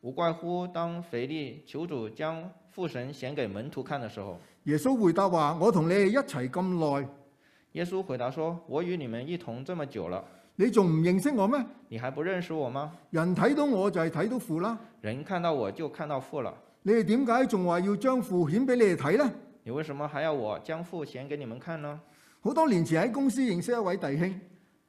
无怪乎当腓力求主将父神显给门徒看的时候，
耶穌回答話：我同你哋一齊咁耐，
耶稣回答说：“我与你们一同这么久了，
你仲唔認識我咩？
你还不认识我吗？
人睇到我就係睇到父啦。
人看到我就看到父了，
你哋點解仲話要將父顯俾你哋睇呢？
你为什么还要我将父显给你们看呢
好多年前喺公司認識一位弟兄，？”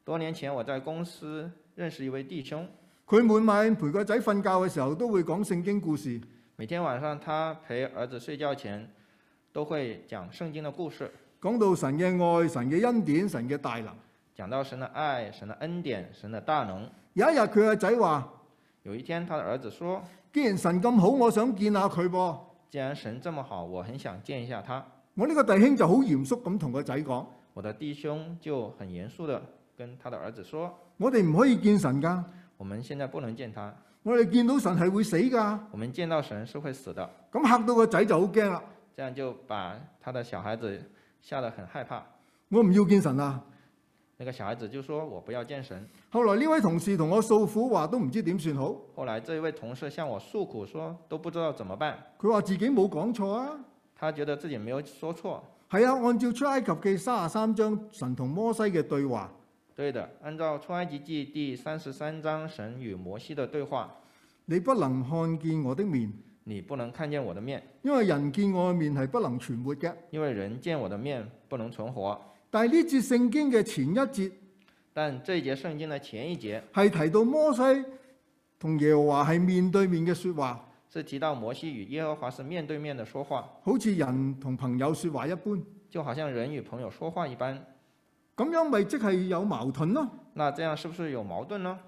多年前我在公司认识一位弟兄，
佢每晚陪個仔瞓覺嘅時候都會講聖經故事。
每天晚上他陪儿子睡觉前都会讲圣经的故事，
講到神嘅愛、神嘅恩典、神嘅大能。
讲到神的爱、神的恩典、神的大能。
有一日佢個仔話：，
有一天，他的儿子说
既然神咁好，我想見下佢噃。：“
既然神这么好，我很想见一下他。
我呢個弟兄就好嚴肅咁同個仔講：，”
我的弟兄就很严肃地跟他的儿子说
我哋唔可以見神㗎，：“
我们现在不能见他，
我哋見到神係會死㗎。
我们见到神是会死的。
咁嚇到個仔就好驚啦！”
这样就把他的小孩子吓得很害怕。
我唔要見神啊啦。
那个小孩子就说：“我不要见神。
後來呢位同事同我訴苦話，都唔知點算好。”
后来这一位同事向我诉苦说：“都不知道怎么办。
佢話自己冇講錯啊。”
他觉得自己没有说错。
係啊，按照出埃及記三十三章神同摩西嘅對話，
对的，按照出埃及记第三十三章神与摩西的对话，
你不能看見我的面，
你不能看见我的面，
因為人見我嘅面係不能存活嘅。
因为人见我的面不能存活。
但係呢節聖經嘅前一節
但这一节圣经的前一节
係提到摩西同耶和華係面對面嘅説話，
是提到摩西与耶和华是面对面的说话，
好似人同朋友説話一般。
就好像人与朋友说话一般。
咁樣咪即係有矛盾咯。
那这样是不是有矛盾呢？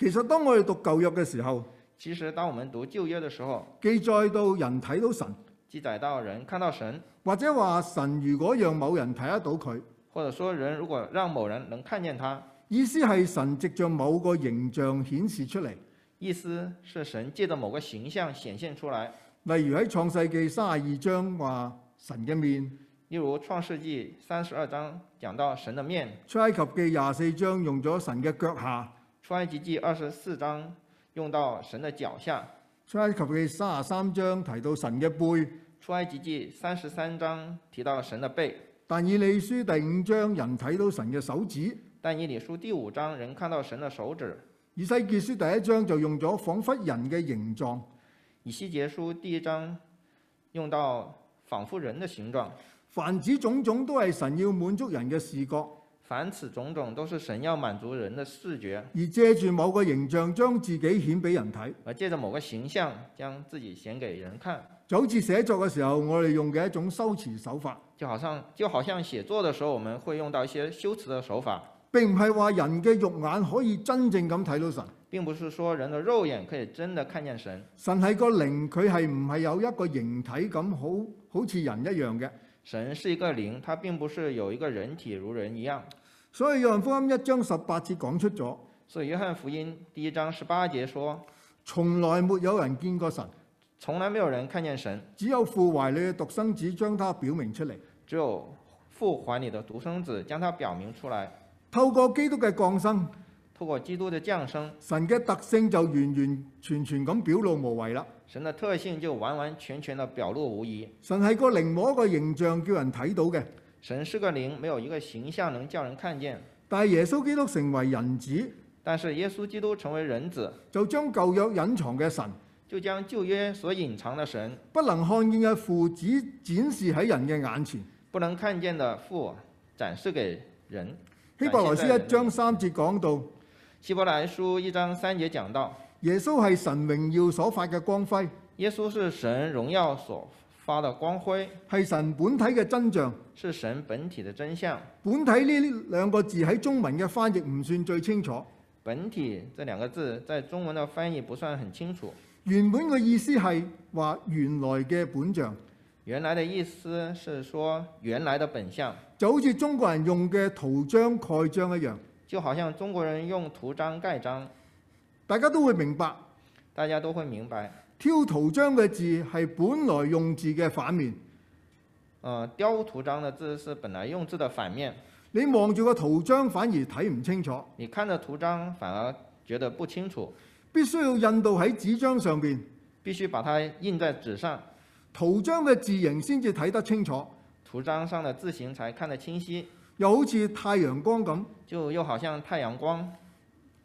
其實當我哋讀舊約嘅時候，
其实，当我们读旧约的时候，
記載到人睇到神，
记载到人看到神，
或者話神如果讓某人睇得到佢，
或者说人如果让某人能看见他，
意思係神藉着某個形象顯示出嚟。
意思是神借着某个形象显现出来。
例如喺創世記三十二章話神嘅面，
例如创世纪三十二章讲到神的面，
出埃及記廿四章用咗神嘅腳下，
出埃及记二十四章用到神的脚下，
出埃及記三十三章提到神嘅背，
出埃及记三十三章提到神的背，
但以理書第五章人睇到神嘅手指，
但以理书第五章人看到神的手指，
以西結書第一章就用咗彷彿人嘅形狀，
以西结书第一章用到仿佛人的形状，
凡此種種都係神要滿足人嘅視覺，
凡此种种都是神要满足人的视觉，
而借住某個形象將自己顯俾人睇，
而借着某个形象将自己显给人看，
就好似寫作嘅時候我哋用嘅一種修辭手法，
就好像就好像写作的时候我们会用到一些修辞的手法，
並唔係話人嘅肉眼可以真正咁睇到神。
并不是说人的肉眼可以真的看见神，
神係個靈，佢係唔係有一個形體咁好好似人一樣嘅？
神是一个灵，它并不是有一个人体如人一样。
所以約翰福音一章十八節講出咗，
所以约翰福音第一章十八节说
從來沒有人見過神，：“
从来没有人看见神，
只有父懷裏嘅獨生子將他表明出嚟。
只有父怀里的独生子将它表明出来。
透過基督嘅降生，
透过基督的降生，
神嘅特性就完完全全咁表露無遺啦。
神的特性就完完全全的表露无遗。
神係個靈，冇一個形象叫人睇到嘅。
神是个灵，没有一个形象能叫人看见。
但係耶穌基督成為人子，
但是耶穌基督成为人子，
就將舊約隱藏嘅神
就将旧约所隐藏的神、
不能看見嘅父子展示喺人嘅眼前。
不能看见的父展示给人。
希伯來書一章三節講到。
希伯来书一章三节讲到，
耶穌係神榮耀所發嘅光輝，
耶稣是神荣耀所发的光辉，
係神本體嘅真像。
是神本体的真相。
本體呢兩個字喺中文嘅翻譯唔算最清楚，
本体这两个字在中文的翻译不算很清楚。
原本嘅意思係話原來嘅本像，
原来的意思是说原来的本相，
就好似中國人用嘅圖章蓋章一樣，
就好像中国人用图章盖章，
大家都會明白。
大家都会明白。
挑圖章嘅字係本來用字嘅反面。
呃，雕图章的字是本来用字的反面，
你望住個圖章反而睇唔清楚，
你看着图章反而觉得不清楚，
必須要印到喺紙張上邊，
必须把它印在纸上，
圖章嘅字形先至睇得清楚。
图章上的字形才看得清晰。
又好似太陽光咁，
就又好像太阳光，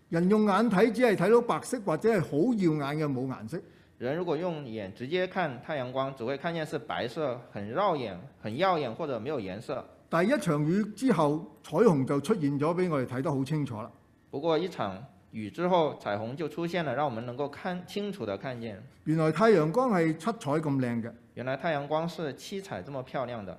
人用眼睇只係睇到白色或者係好耀眼嘅冇顏色。
人如果用眼直接看太阳光，只会看见是白色，很绕眼、很耀眼或者没有颜色。
但係一場雨之後，彩虹就出現咗，俾我哋睇得好清楚啦。
不过一场雨之后，彩虹就出现了，让我们能够看清楚的看见，
原來太陽光係七彩咁靚嘅。
原来太阳光是七彩这么漂亮的。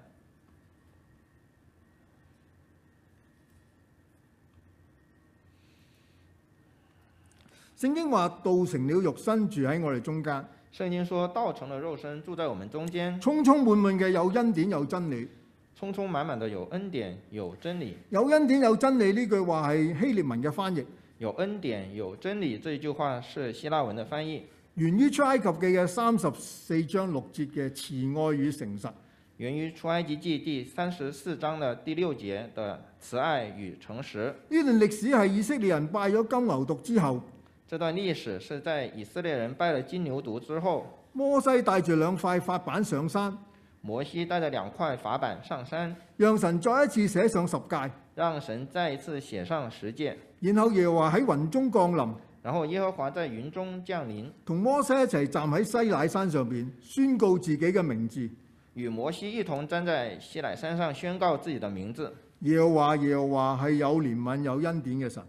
聖經話道成了肉身住喺我哋中間，
圣经说，道成了肉身，住在我们中间，
充充滿滿嘅有恩典有真理。
充充满满的有恩典，有真理，
有恩典有真理呢句話係希臘文嘅翻譯，
有恩典，有真理。这一句话是希腊文的翻译，
源於出埃及記嘅三十四章六節嘅慈愛與誠實。
源于出埃及记第三十四章的第六节的慈爱与诚实。
呢段歷史係以色列人拜咗金牛犢之後，
这段历史是在以色列人拜了金牛犊之后，
摩西帶住兩塊法板上山，
摩西带着两块法板上山，
讓神再一次寫上十戒。
让神再一次写上十诫。
然後耶和華喺雲中降臨，
然后耶和華在云中降临，
同摩西一齊站喺西乃山上邊，宣告自己嘅名字：
与摩西一同站在西乃山上，宣告自己的名字。
耶和華，耶和華係有憐憫、有恩典嘅神，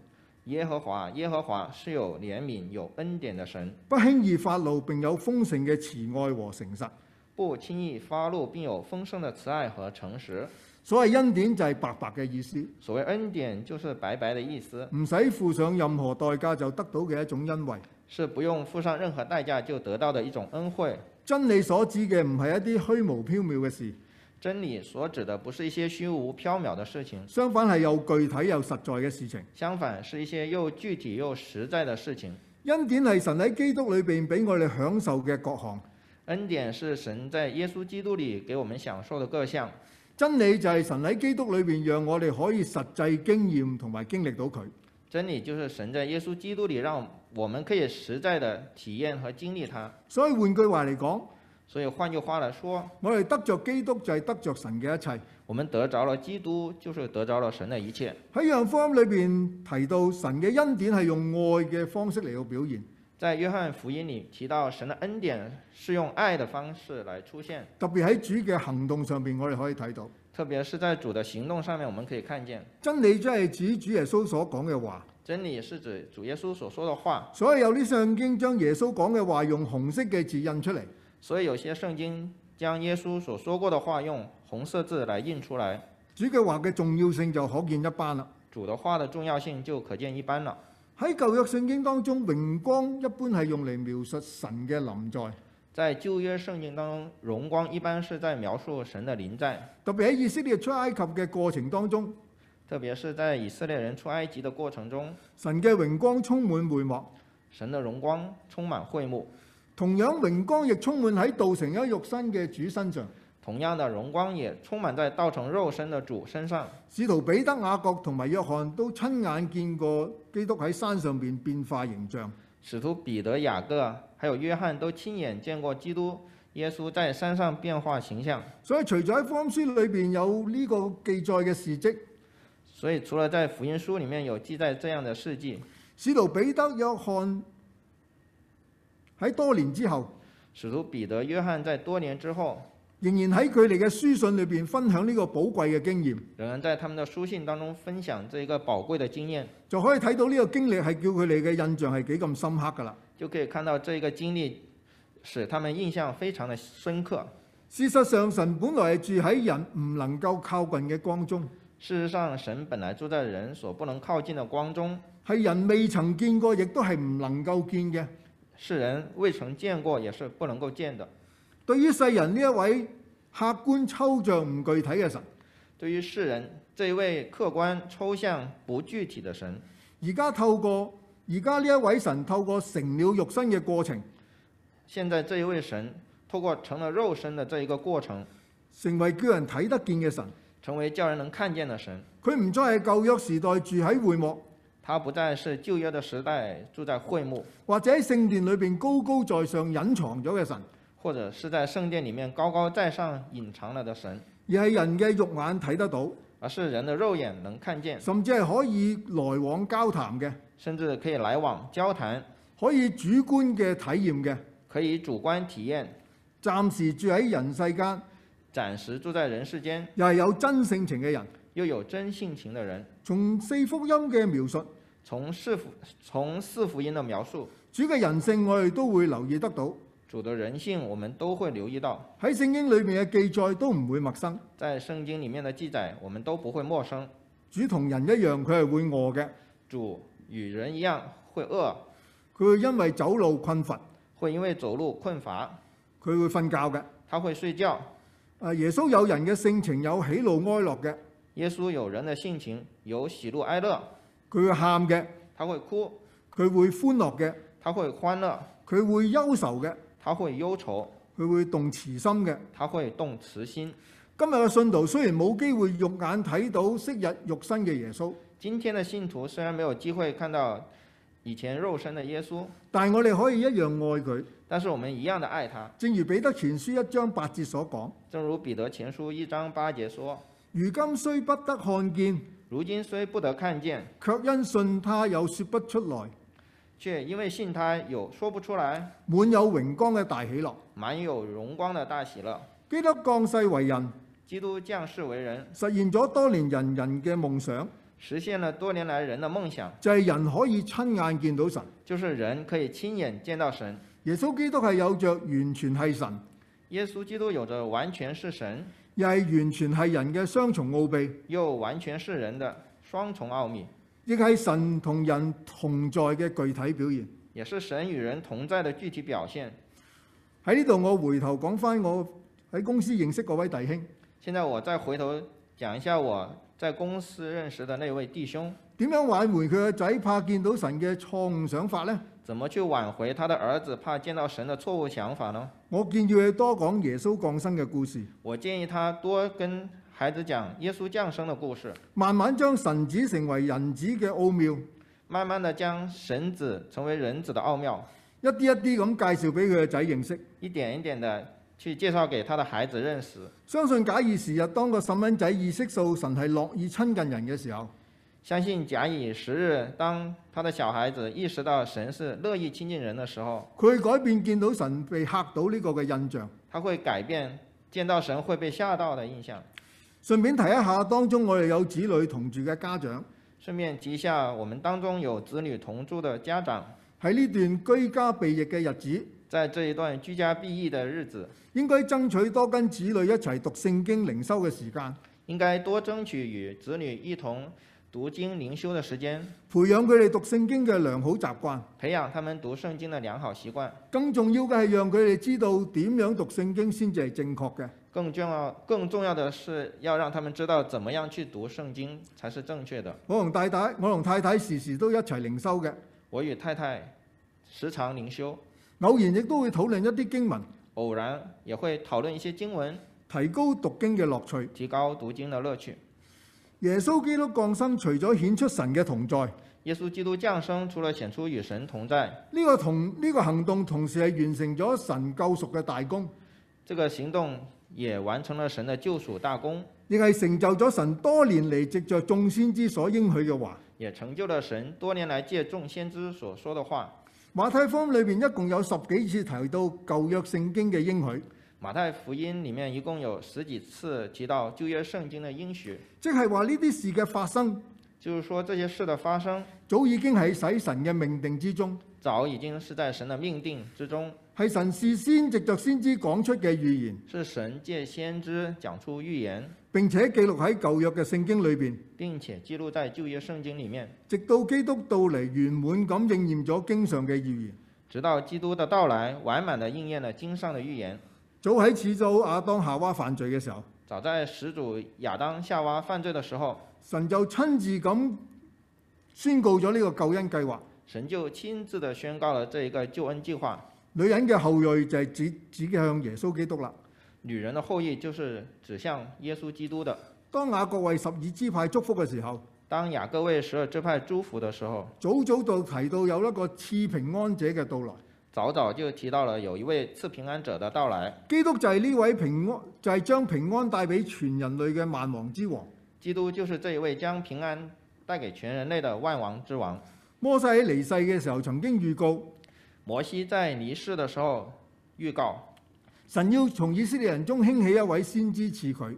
耶和华，耶和华是有怜悯、有恩典的神，
不輕易發怒，並有豐盛嘅慈愛和誠實。
不轻易发怒，并有丰盛的慈爱和诚实。
所謂恩典就係白白嘅意思，
所谓恩典，就是白白的意思，
唔使付上任何代價就得到嘅一種恩惠。
是不用付上任何代价就得到的一种恩惠。
真理所指嘅唔係一啲虛無縹緲嘅事，
真理所指的不是一些虚无缥缈的事情。
相反係又具體又實在嘅事情。
相反，是一些又具体又实在的事情。
恩典係神喺基督裏邊俾我哋享受嘅各項，
恩典是神在耶稣基督里给我们享受的各项，
真理就係神喺基督裏邊讓我哋可以實際經驗同埋經歷到佢。
真理就是神在耶稣基督里让我们可以实在的体验和经历它。
所以換句話嚟講，
所以换句话来说，
我哋得着基督就係得着神嘅一切。
我们得着了基督，就是得着了神的一切。
喺約翰福音裏邊提到神嘅恩典係用愛嘅方式嚟到表現，
在约翰福音里提到，神的恩典是用爱的方式来出现，
特別喺主嘅行動上邊，我哋可以睇到
特别是在主的行动上面，我们可以看见，
真理即係指主耶穌所講嘅話。
真理是指主耶稣所说的话。
所以有啲聖經將耶穌講嘅話用紅色嘅字印出嚟，
所以有些圣经将耶稣所说过的话用红色字来印出来。
主嘅話嘅重要性就可見一斑啦。
主的话的重要性就可见一斑了。
喺舊約聖經當中，榮光一般係用嚟描述神嘅臨在，
在旧约圣经当中，荣光一般是在描述神的临在，
特別喺以色列出埃及嘅過程當中，
特别是在以色列人出埃及的过程中，
神嘅榮光充滿會幕。
神的荣光充满会幕。
同樣榮光亦充滿喺道成一肉身嘅主身上。
同样的，荣光也充满在道成肉身的主身上。
使徒彼得、雅各同埋約翰都親眼見過基督喺山上邊變化形象。
使徒彼得、雅各还有约翰都亲眼见过基督耶稣在山上变化形象。
所以除咗喺福音書裏邊有呢個記載嘅事蹟，
所以，除了在福音书里面有记载这样的事迹，
使徒彼得、約翰喺多年之後，
使徒彼得、约翰在多年之后，
仍然喺佢哋嘅書信裏邊分享呢個寶貴嘅經驗，
仍然在他们的书信当中分享这一个寶貴的經驗，
就可以睇到呢個經歷係叫佢哋嘅印象係幾咁深刻㗎啦。
就可以看到这个經歷使他们印象非常的深刻。
事實上，神本來係住喺人唔能夠靠近嘅光中。
事實上，神本來住在人所不能靠近的光中，
係人未曾見過，亦都係唔能夠見嘅。
世人未曾见过，也是不能够见的。
對於世人呢一位客觀抽象唔具體嘅神，
对于世人这一位客观、抽象、不具体的神，
而家透過而家呢一位神透過成了肉身嘅過程，
现在这一位神透过成了肉身的这一个过程，
成為叫人睇得見嘅神。
成为叫人能看见的神。
佢唔再係舊約時代住喺會幕
他不再是旧约的时代住在会幕，
或者喺聖殿裏邊高高在上隱藏咗嘅神，
或者是在圣殿里面高高在上隐藏了的神，
而係人嘅肉眼睇得到，
而是人的肉眼能看见，
甚至係可以來往交談嘅，
甚至可以来往交谈，
可以主觀嘅體驗嘅。
可以主观体验，
暫時住喺人世間，
暂时住在人世间，
又係有真性情嘅人。
又有真性情的人。
從四福音嘅描述，
从四福从四福音的描述，
主嘅人性我哋都會留意得到，
主的人性我们都会留意到，
喺聖經裏面嘅記載都唔會陌生。
在圣经里面的记载我们都不会陌生。
主同人一樣，佢係會餓嘅，
主与人一样会饿，
佢會因為走路困乏，
会因为走路困乏，
佢會瞓覺嘅。
他会睡觉。
啊，耶穌有人嘅性情有喜怒哀樂嘅，
耶稣有人的性情，有喜怒哀乐，
佢會喊嘅，
他会哭，
佢會歡樂嘅，
他会欢乐，
佢會憂愁嘅，
他会忧愁，
佢會動慈心嘅。
他会动慈心。
今日嘅信徒雖然冇機會肉眼睇到昔日肉身嘅耶穌，
今天的信徒虽然没有机会看到以前肉身的耶稣，
但係我哋可以一樣愛佢。
但是我们一样的愛他。
正如彼得前書一章八節所講：
正如彼得前书一章八节说
如今雖不得看見，：“
如今虽不得看见，
卻因信他有說不出來，
却因为信他有说不出来，
滿有榮光嘅大喜樂。
满有荣光的大喜乐。
基督降世為人，”
基督降世为人，
實現咗多年人人嘅夢想，
实现了多年来人的梦想，
就係、人可以親眼見到神。
就是人可以亲眼见到神。
耶穌基督係有着完全係神，
耶稣基督有着完全是神
又係完全係人嘅雙重奧秘，
又完全是人的双重奥秘，
亦係神同人同在嘅具體表現。
也是神与人同在的具体表现。
喺呢度，我回頭講翻我喺公司認識嗰位弟兄，
现在我再回头讲一下我在公司认识的那位弟兄，
點樣挽回佢嘅仔怕見到神嘅錯誤想法呢？
怎么去挽回他的儿子怕见到神的错误想法呢？
我建議佢多講耶穌降生嘅故事，
我建议他多跟孩子讲耶稣降生的故事，
慢慢將神子成為人子嘅奧妙，
慢慢的将神子成为人子的奥妙，
一啲一啲咁介紹俾佢嘅仔認識。
一点一点的去介绍给他的孩子认识。
相信假以時日，當個細蚊仔意識到神係樂意親近人嘅時候，
相信假以时日，当他的小孩子意识到神是乐意亲近人的时候，
佢改變見到神被嚇到呢個嘅印象。
他会改变见到神会被吓到的印象。
順便提一下，當中我哋有子女同住嘅家長
顺便提一下，我们当中有子女同住的家长，
喺呢段居家避疫嘅日子，
在这一段居家避疫的日子，
應該爭取多跟子女一齊讀聖經靈修嘅時間，
应该多争取与子女一同读经灵修的时间，
培養佢哋讀聖經嘅良好習慣。
培养他们读圣经的良好习惯。
更重要嘅係讓佢哋知道點樣讀聖經先至係正確嘅。
更重要、更重要的是要让他们知道怎么样去讀圣经才是正确的。
我同太太，我同太太時時都一齊靈修嘅，
我与太太时常灵修，
偶然亦都會討論一啲經文，
偶然也会讨论一些经文，
提高讀經嘅樂趣。
提高读经的乐趣。
耶穌基督降生，除咗顯出神嘅同在。
耶稣基督降生，除了显出与神同在，
呢個同呢、個行動同時係完成咗神救贖嘅大功，
这个行动也完成了神的救赎大功，
亦係成就咗神多年嚟藉着眾先知所應許嘅話。
也成就了神多年来借众先知所说的话。
馬太福音裏邊一共有十幾次提到舊約聖經嘅應許，
马太福音里面一共有十几次提到旧约圣经的应许，
即係話呢啲事嘅發生
就是说这些事的发生
早已經喺使神嘅命定之中，
早已经是在神的命定之中，
係神事先藉着先知講出嘅預言，
是神借先知讲出预言，
並且記錄喺舊約嘅聖經裏邊，
并且记录在旧约圣经里面，
直到基督到嚟圓滿咁應驗咗經上嘅預言。
直到基督的到来，完满的应验了经上的预言。
早喺始祖亞當夏娃犯罪嘅時候，
早在始祖亚当夏娃犯罪的时候，
神就親自咁宣告咗呢個救恩計劃。
神就亲自的宣告了这一个救恩计划。
女人嘅後裔就係指指向耶穌基督啦。
女人的后裔就是指向耶稣基督的。
當雅各為十二支派祝福嘅時候，
当雅各为十二支派祝福的时候，
早早就提到有一個次平安者嘅到來。
早早就提到了有一位赐平安者的到来。
基督就係呢位平安，就係、將平安帶俾全人類嘅萬王之王。
基督就是这一位将平安带给全人类的万王之王。
摩西喺離世嘅時候曾經預告，
摩西在离世的时候预告，
神要從以色列人中興起一位先知似佢。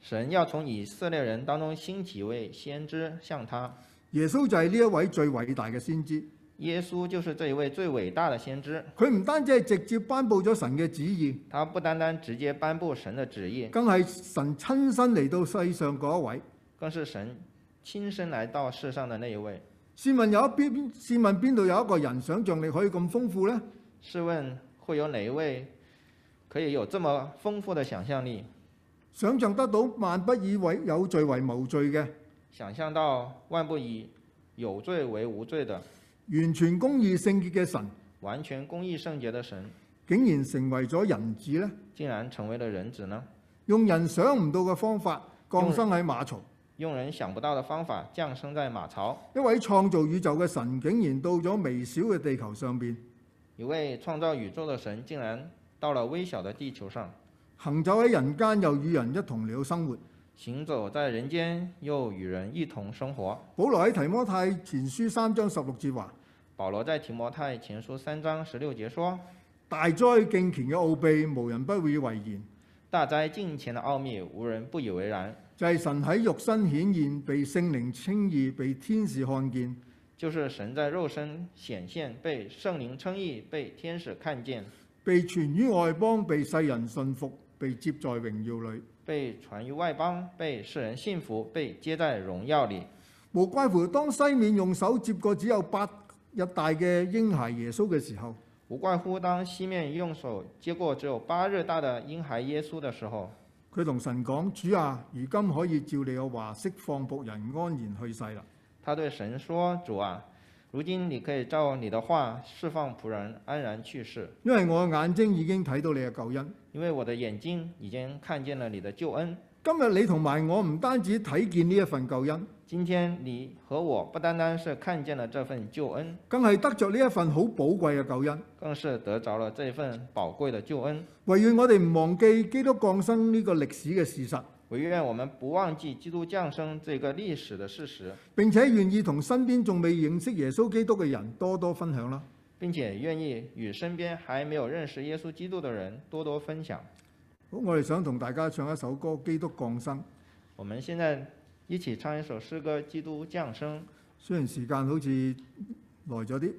神要从以色列人当中兴起一位先知，像他。
耶穌就係呢一位最偉大嘅先知。
耶稣就是这一位最伟大的先知，
佢唔單止係直接頒布咗神嘅旨意，
他不单单直接颁布神的旨意，
更係神親身嚟到世上嗰一位。
更是神亲身来到世上的那一位。
試問有一邊？試問邊度有一個人想像力可以咁豐富呢？
试问会有哪一位可以有这么丰富的想象力，
想像得到萬不以為有罪為無罪嘅，
想象到万不以有罪为无罪的
完全公義聖潔嘅神，
完全公义圣洁的神，
竟然成為咗人子呢？
竟然成为了人子呢？
用人想唔到嘅方法降生喺馬槽，
用人想不到的方法降生在马槽，
一位創造宇宙嘅神竟然到咗微小嘅地球上邊，
一位创造宇宙的神竟然到了微小的地球上，
行走喺人間又與人一同了生活。
行走在人间，又与人一同生活。
保羅喺提摩太前書三章十六節話：
保罗在提摩太前书三章十六节说
大哉敬虔嘅奧秘，無人不以為然。：“
大哉敬虔的奥秘，无人不以为然。”
就係神喺肉身顯現，被聖靈稱義，被天使看見。
就是神在肉身显现，被圣灵称义，被天使看见，
被傳於外邦，被世人信服，被接在榮耀裏，
被传于外邦，被世人信服，被接在荣耀里。
無怪乎當西面用手接過只有八日大嘅嬰孩耶穌嘅時候，
无怪乎当西面用手接过只有八日大的婴孩耶稣的时候，
佢同神講：主啊，如今可以照你嘅話釋放仆人安然去世啦。
他对神说：“主啊，如今你可以照你的话释放仆人安然去世，
因為我嘅眼睛已經睇到你嘅救恩。
因为我的眼睛已经看见了你的救恩。
今日你同埋我唔單止睇見呢一份救恩，
今天你和我不单单是看见了这份救恩，
更係得着呢一份好寶貴嘅救恩。
更是得着了这份宝贵的救恩。”
唯願我哋唔忘記基督降生呢個歷史嘅事實，
唯愿我们不忘记基督降生这个历史的事实，
並且願意同身邊仲未認識耶穌基督嘅人多多分享啦。
并且愿意与身边还没有认识耶稣基督的人多多分享。
好，我哋想同大家唱一首歌《基督降生》。
我们现在一起唱一首诗歌《基督降生》，
雖然時間好似耐咗啲，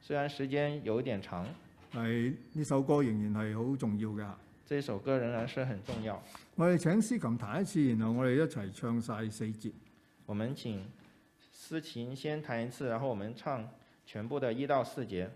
虽然时间有点长，
但係呢首歌仍然係好重要嘅。
这首歌仍然是很重要。
我哋請司琴彈一次，然後我哋一齊唱晒四節。
我们请思琴先弹一次，然后我们唱全部的一到四节。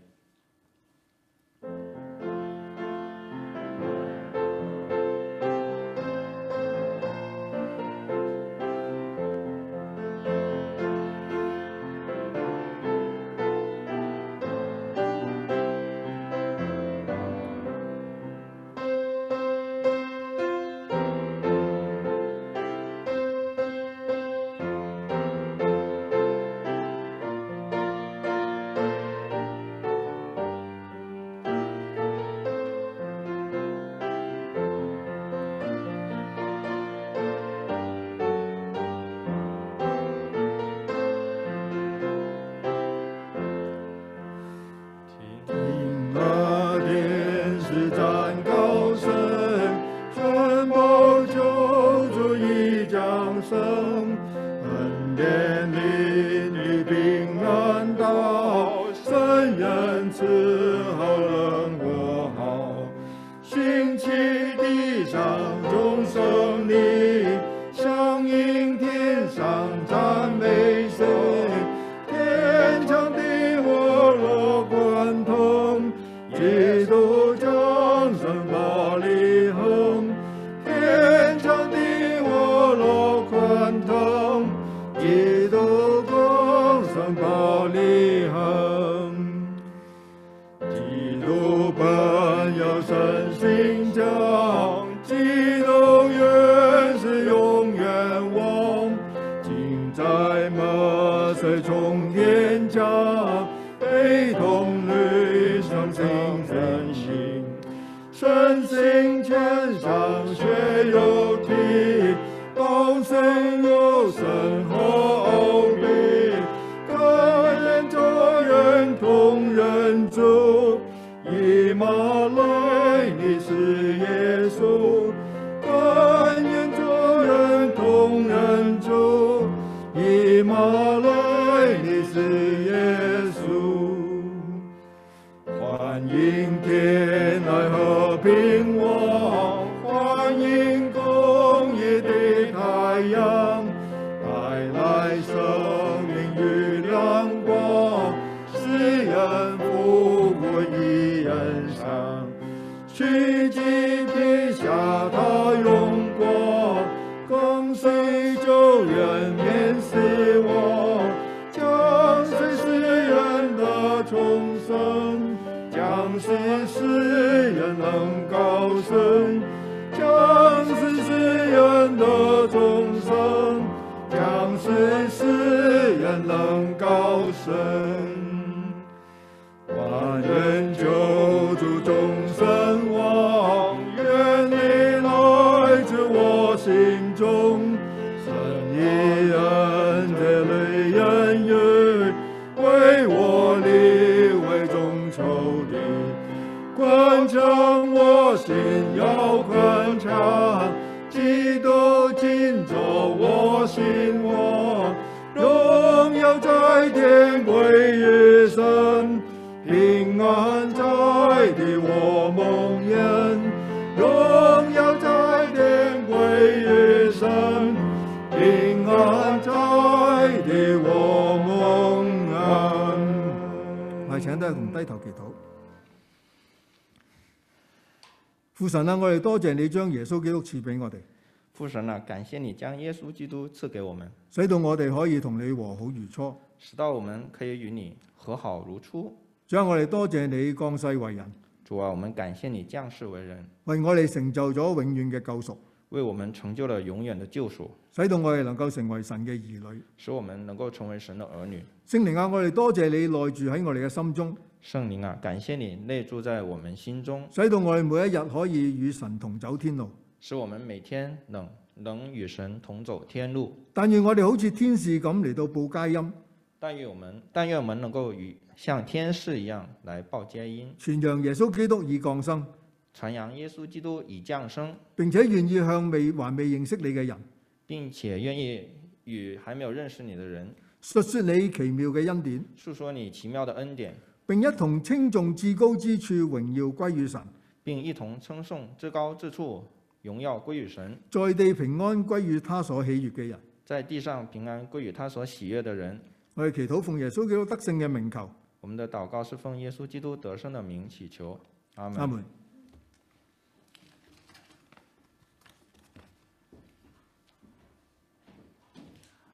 听那天使长高声，宣布救主已降生，恩典淋雨平安到，神人赐好人和好，兴起地上众生灵，基督光上宝利恒，基督本有神寻教，基督原是永远王，今在末世从天降，非同律上清真心。身心千上学有体，高深有深厚比，各人做人同人主，以马来你是耶稣，各人做人同人主，以马来你是耶稣。欢迎天来和平王，欢迎公义的太阳，带来生命与亮光，使人复活一人生，去极地下他荣光，更随救人免死亡。将是世人的重生，将是世人能高升，将是世人的重生，将是世人能高升。万人救主众生王，愿你来自我心中。神以恩这类言语，为我立为众仇敌，关将我心要宽敞，基督进走我心窝，荣耀在天归于神。平安在地，我梦魇；荣耀在天归于神。平安在地，我梦魇。
我哋請低同低頭祈禱。父神啊，我哋多謝你將耶穌基督賜俾我哋，
父神啊，感谢你将耶稣基督赐给我们，
使到我哋可以同你和好如初。
使到我们可以与你和好如初。
主啊，我哋多謝你降世為人，
主啊，我们感谢你降世为人，
為我哋成就咗永遠嘅救贖，
为我们成就了永远的救赎，
使到我哋能夠成為神嘅兒女。
使我们能够成為神的儿女。
聖靈啊，我哋多謝你內住喺我哋嘅心中，
圣灵啊，感谢你内住在我们心中，
使到我哋每一日可以與神同走天路。
使我们每天能能与神同走天路。
但願我哋好似天使咁嚟到報佳音，
但愿我们，但愿我们能够与像天使一样来报佳音，
傳揚耶穌基督已降生，
传扬耶稣基督已降生，
並且願意向未還未認識你嘅人
并且愿意与还没有认识你的人
述說你奇妙嘅恩典，
诉说你奇妙的恩典，
並一同稱頌至高之處，榮耀歸於神，
并一同称颂至高至处，荣耀归于神，
在地平安歸於他所喜悅嘅人。
在地上平安归于他所喜悦的人。
我哋祈禱奉耶穌基督得勝嘅名求，
我们的祷告是奉耶稣基督得胜的名祈求，阿门。
阿門。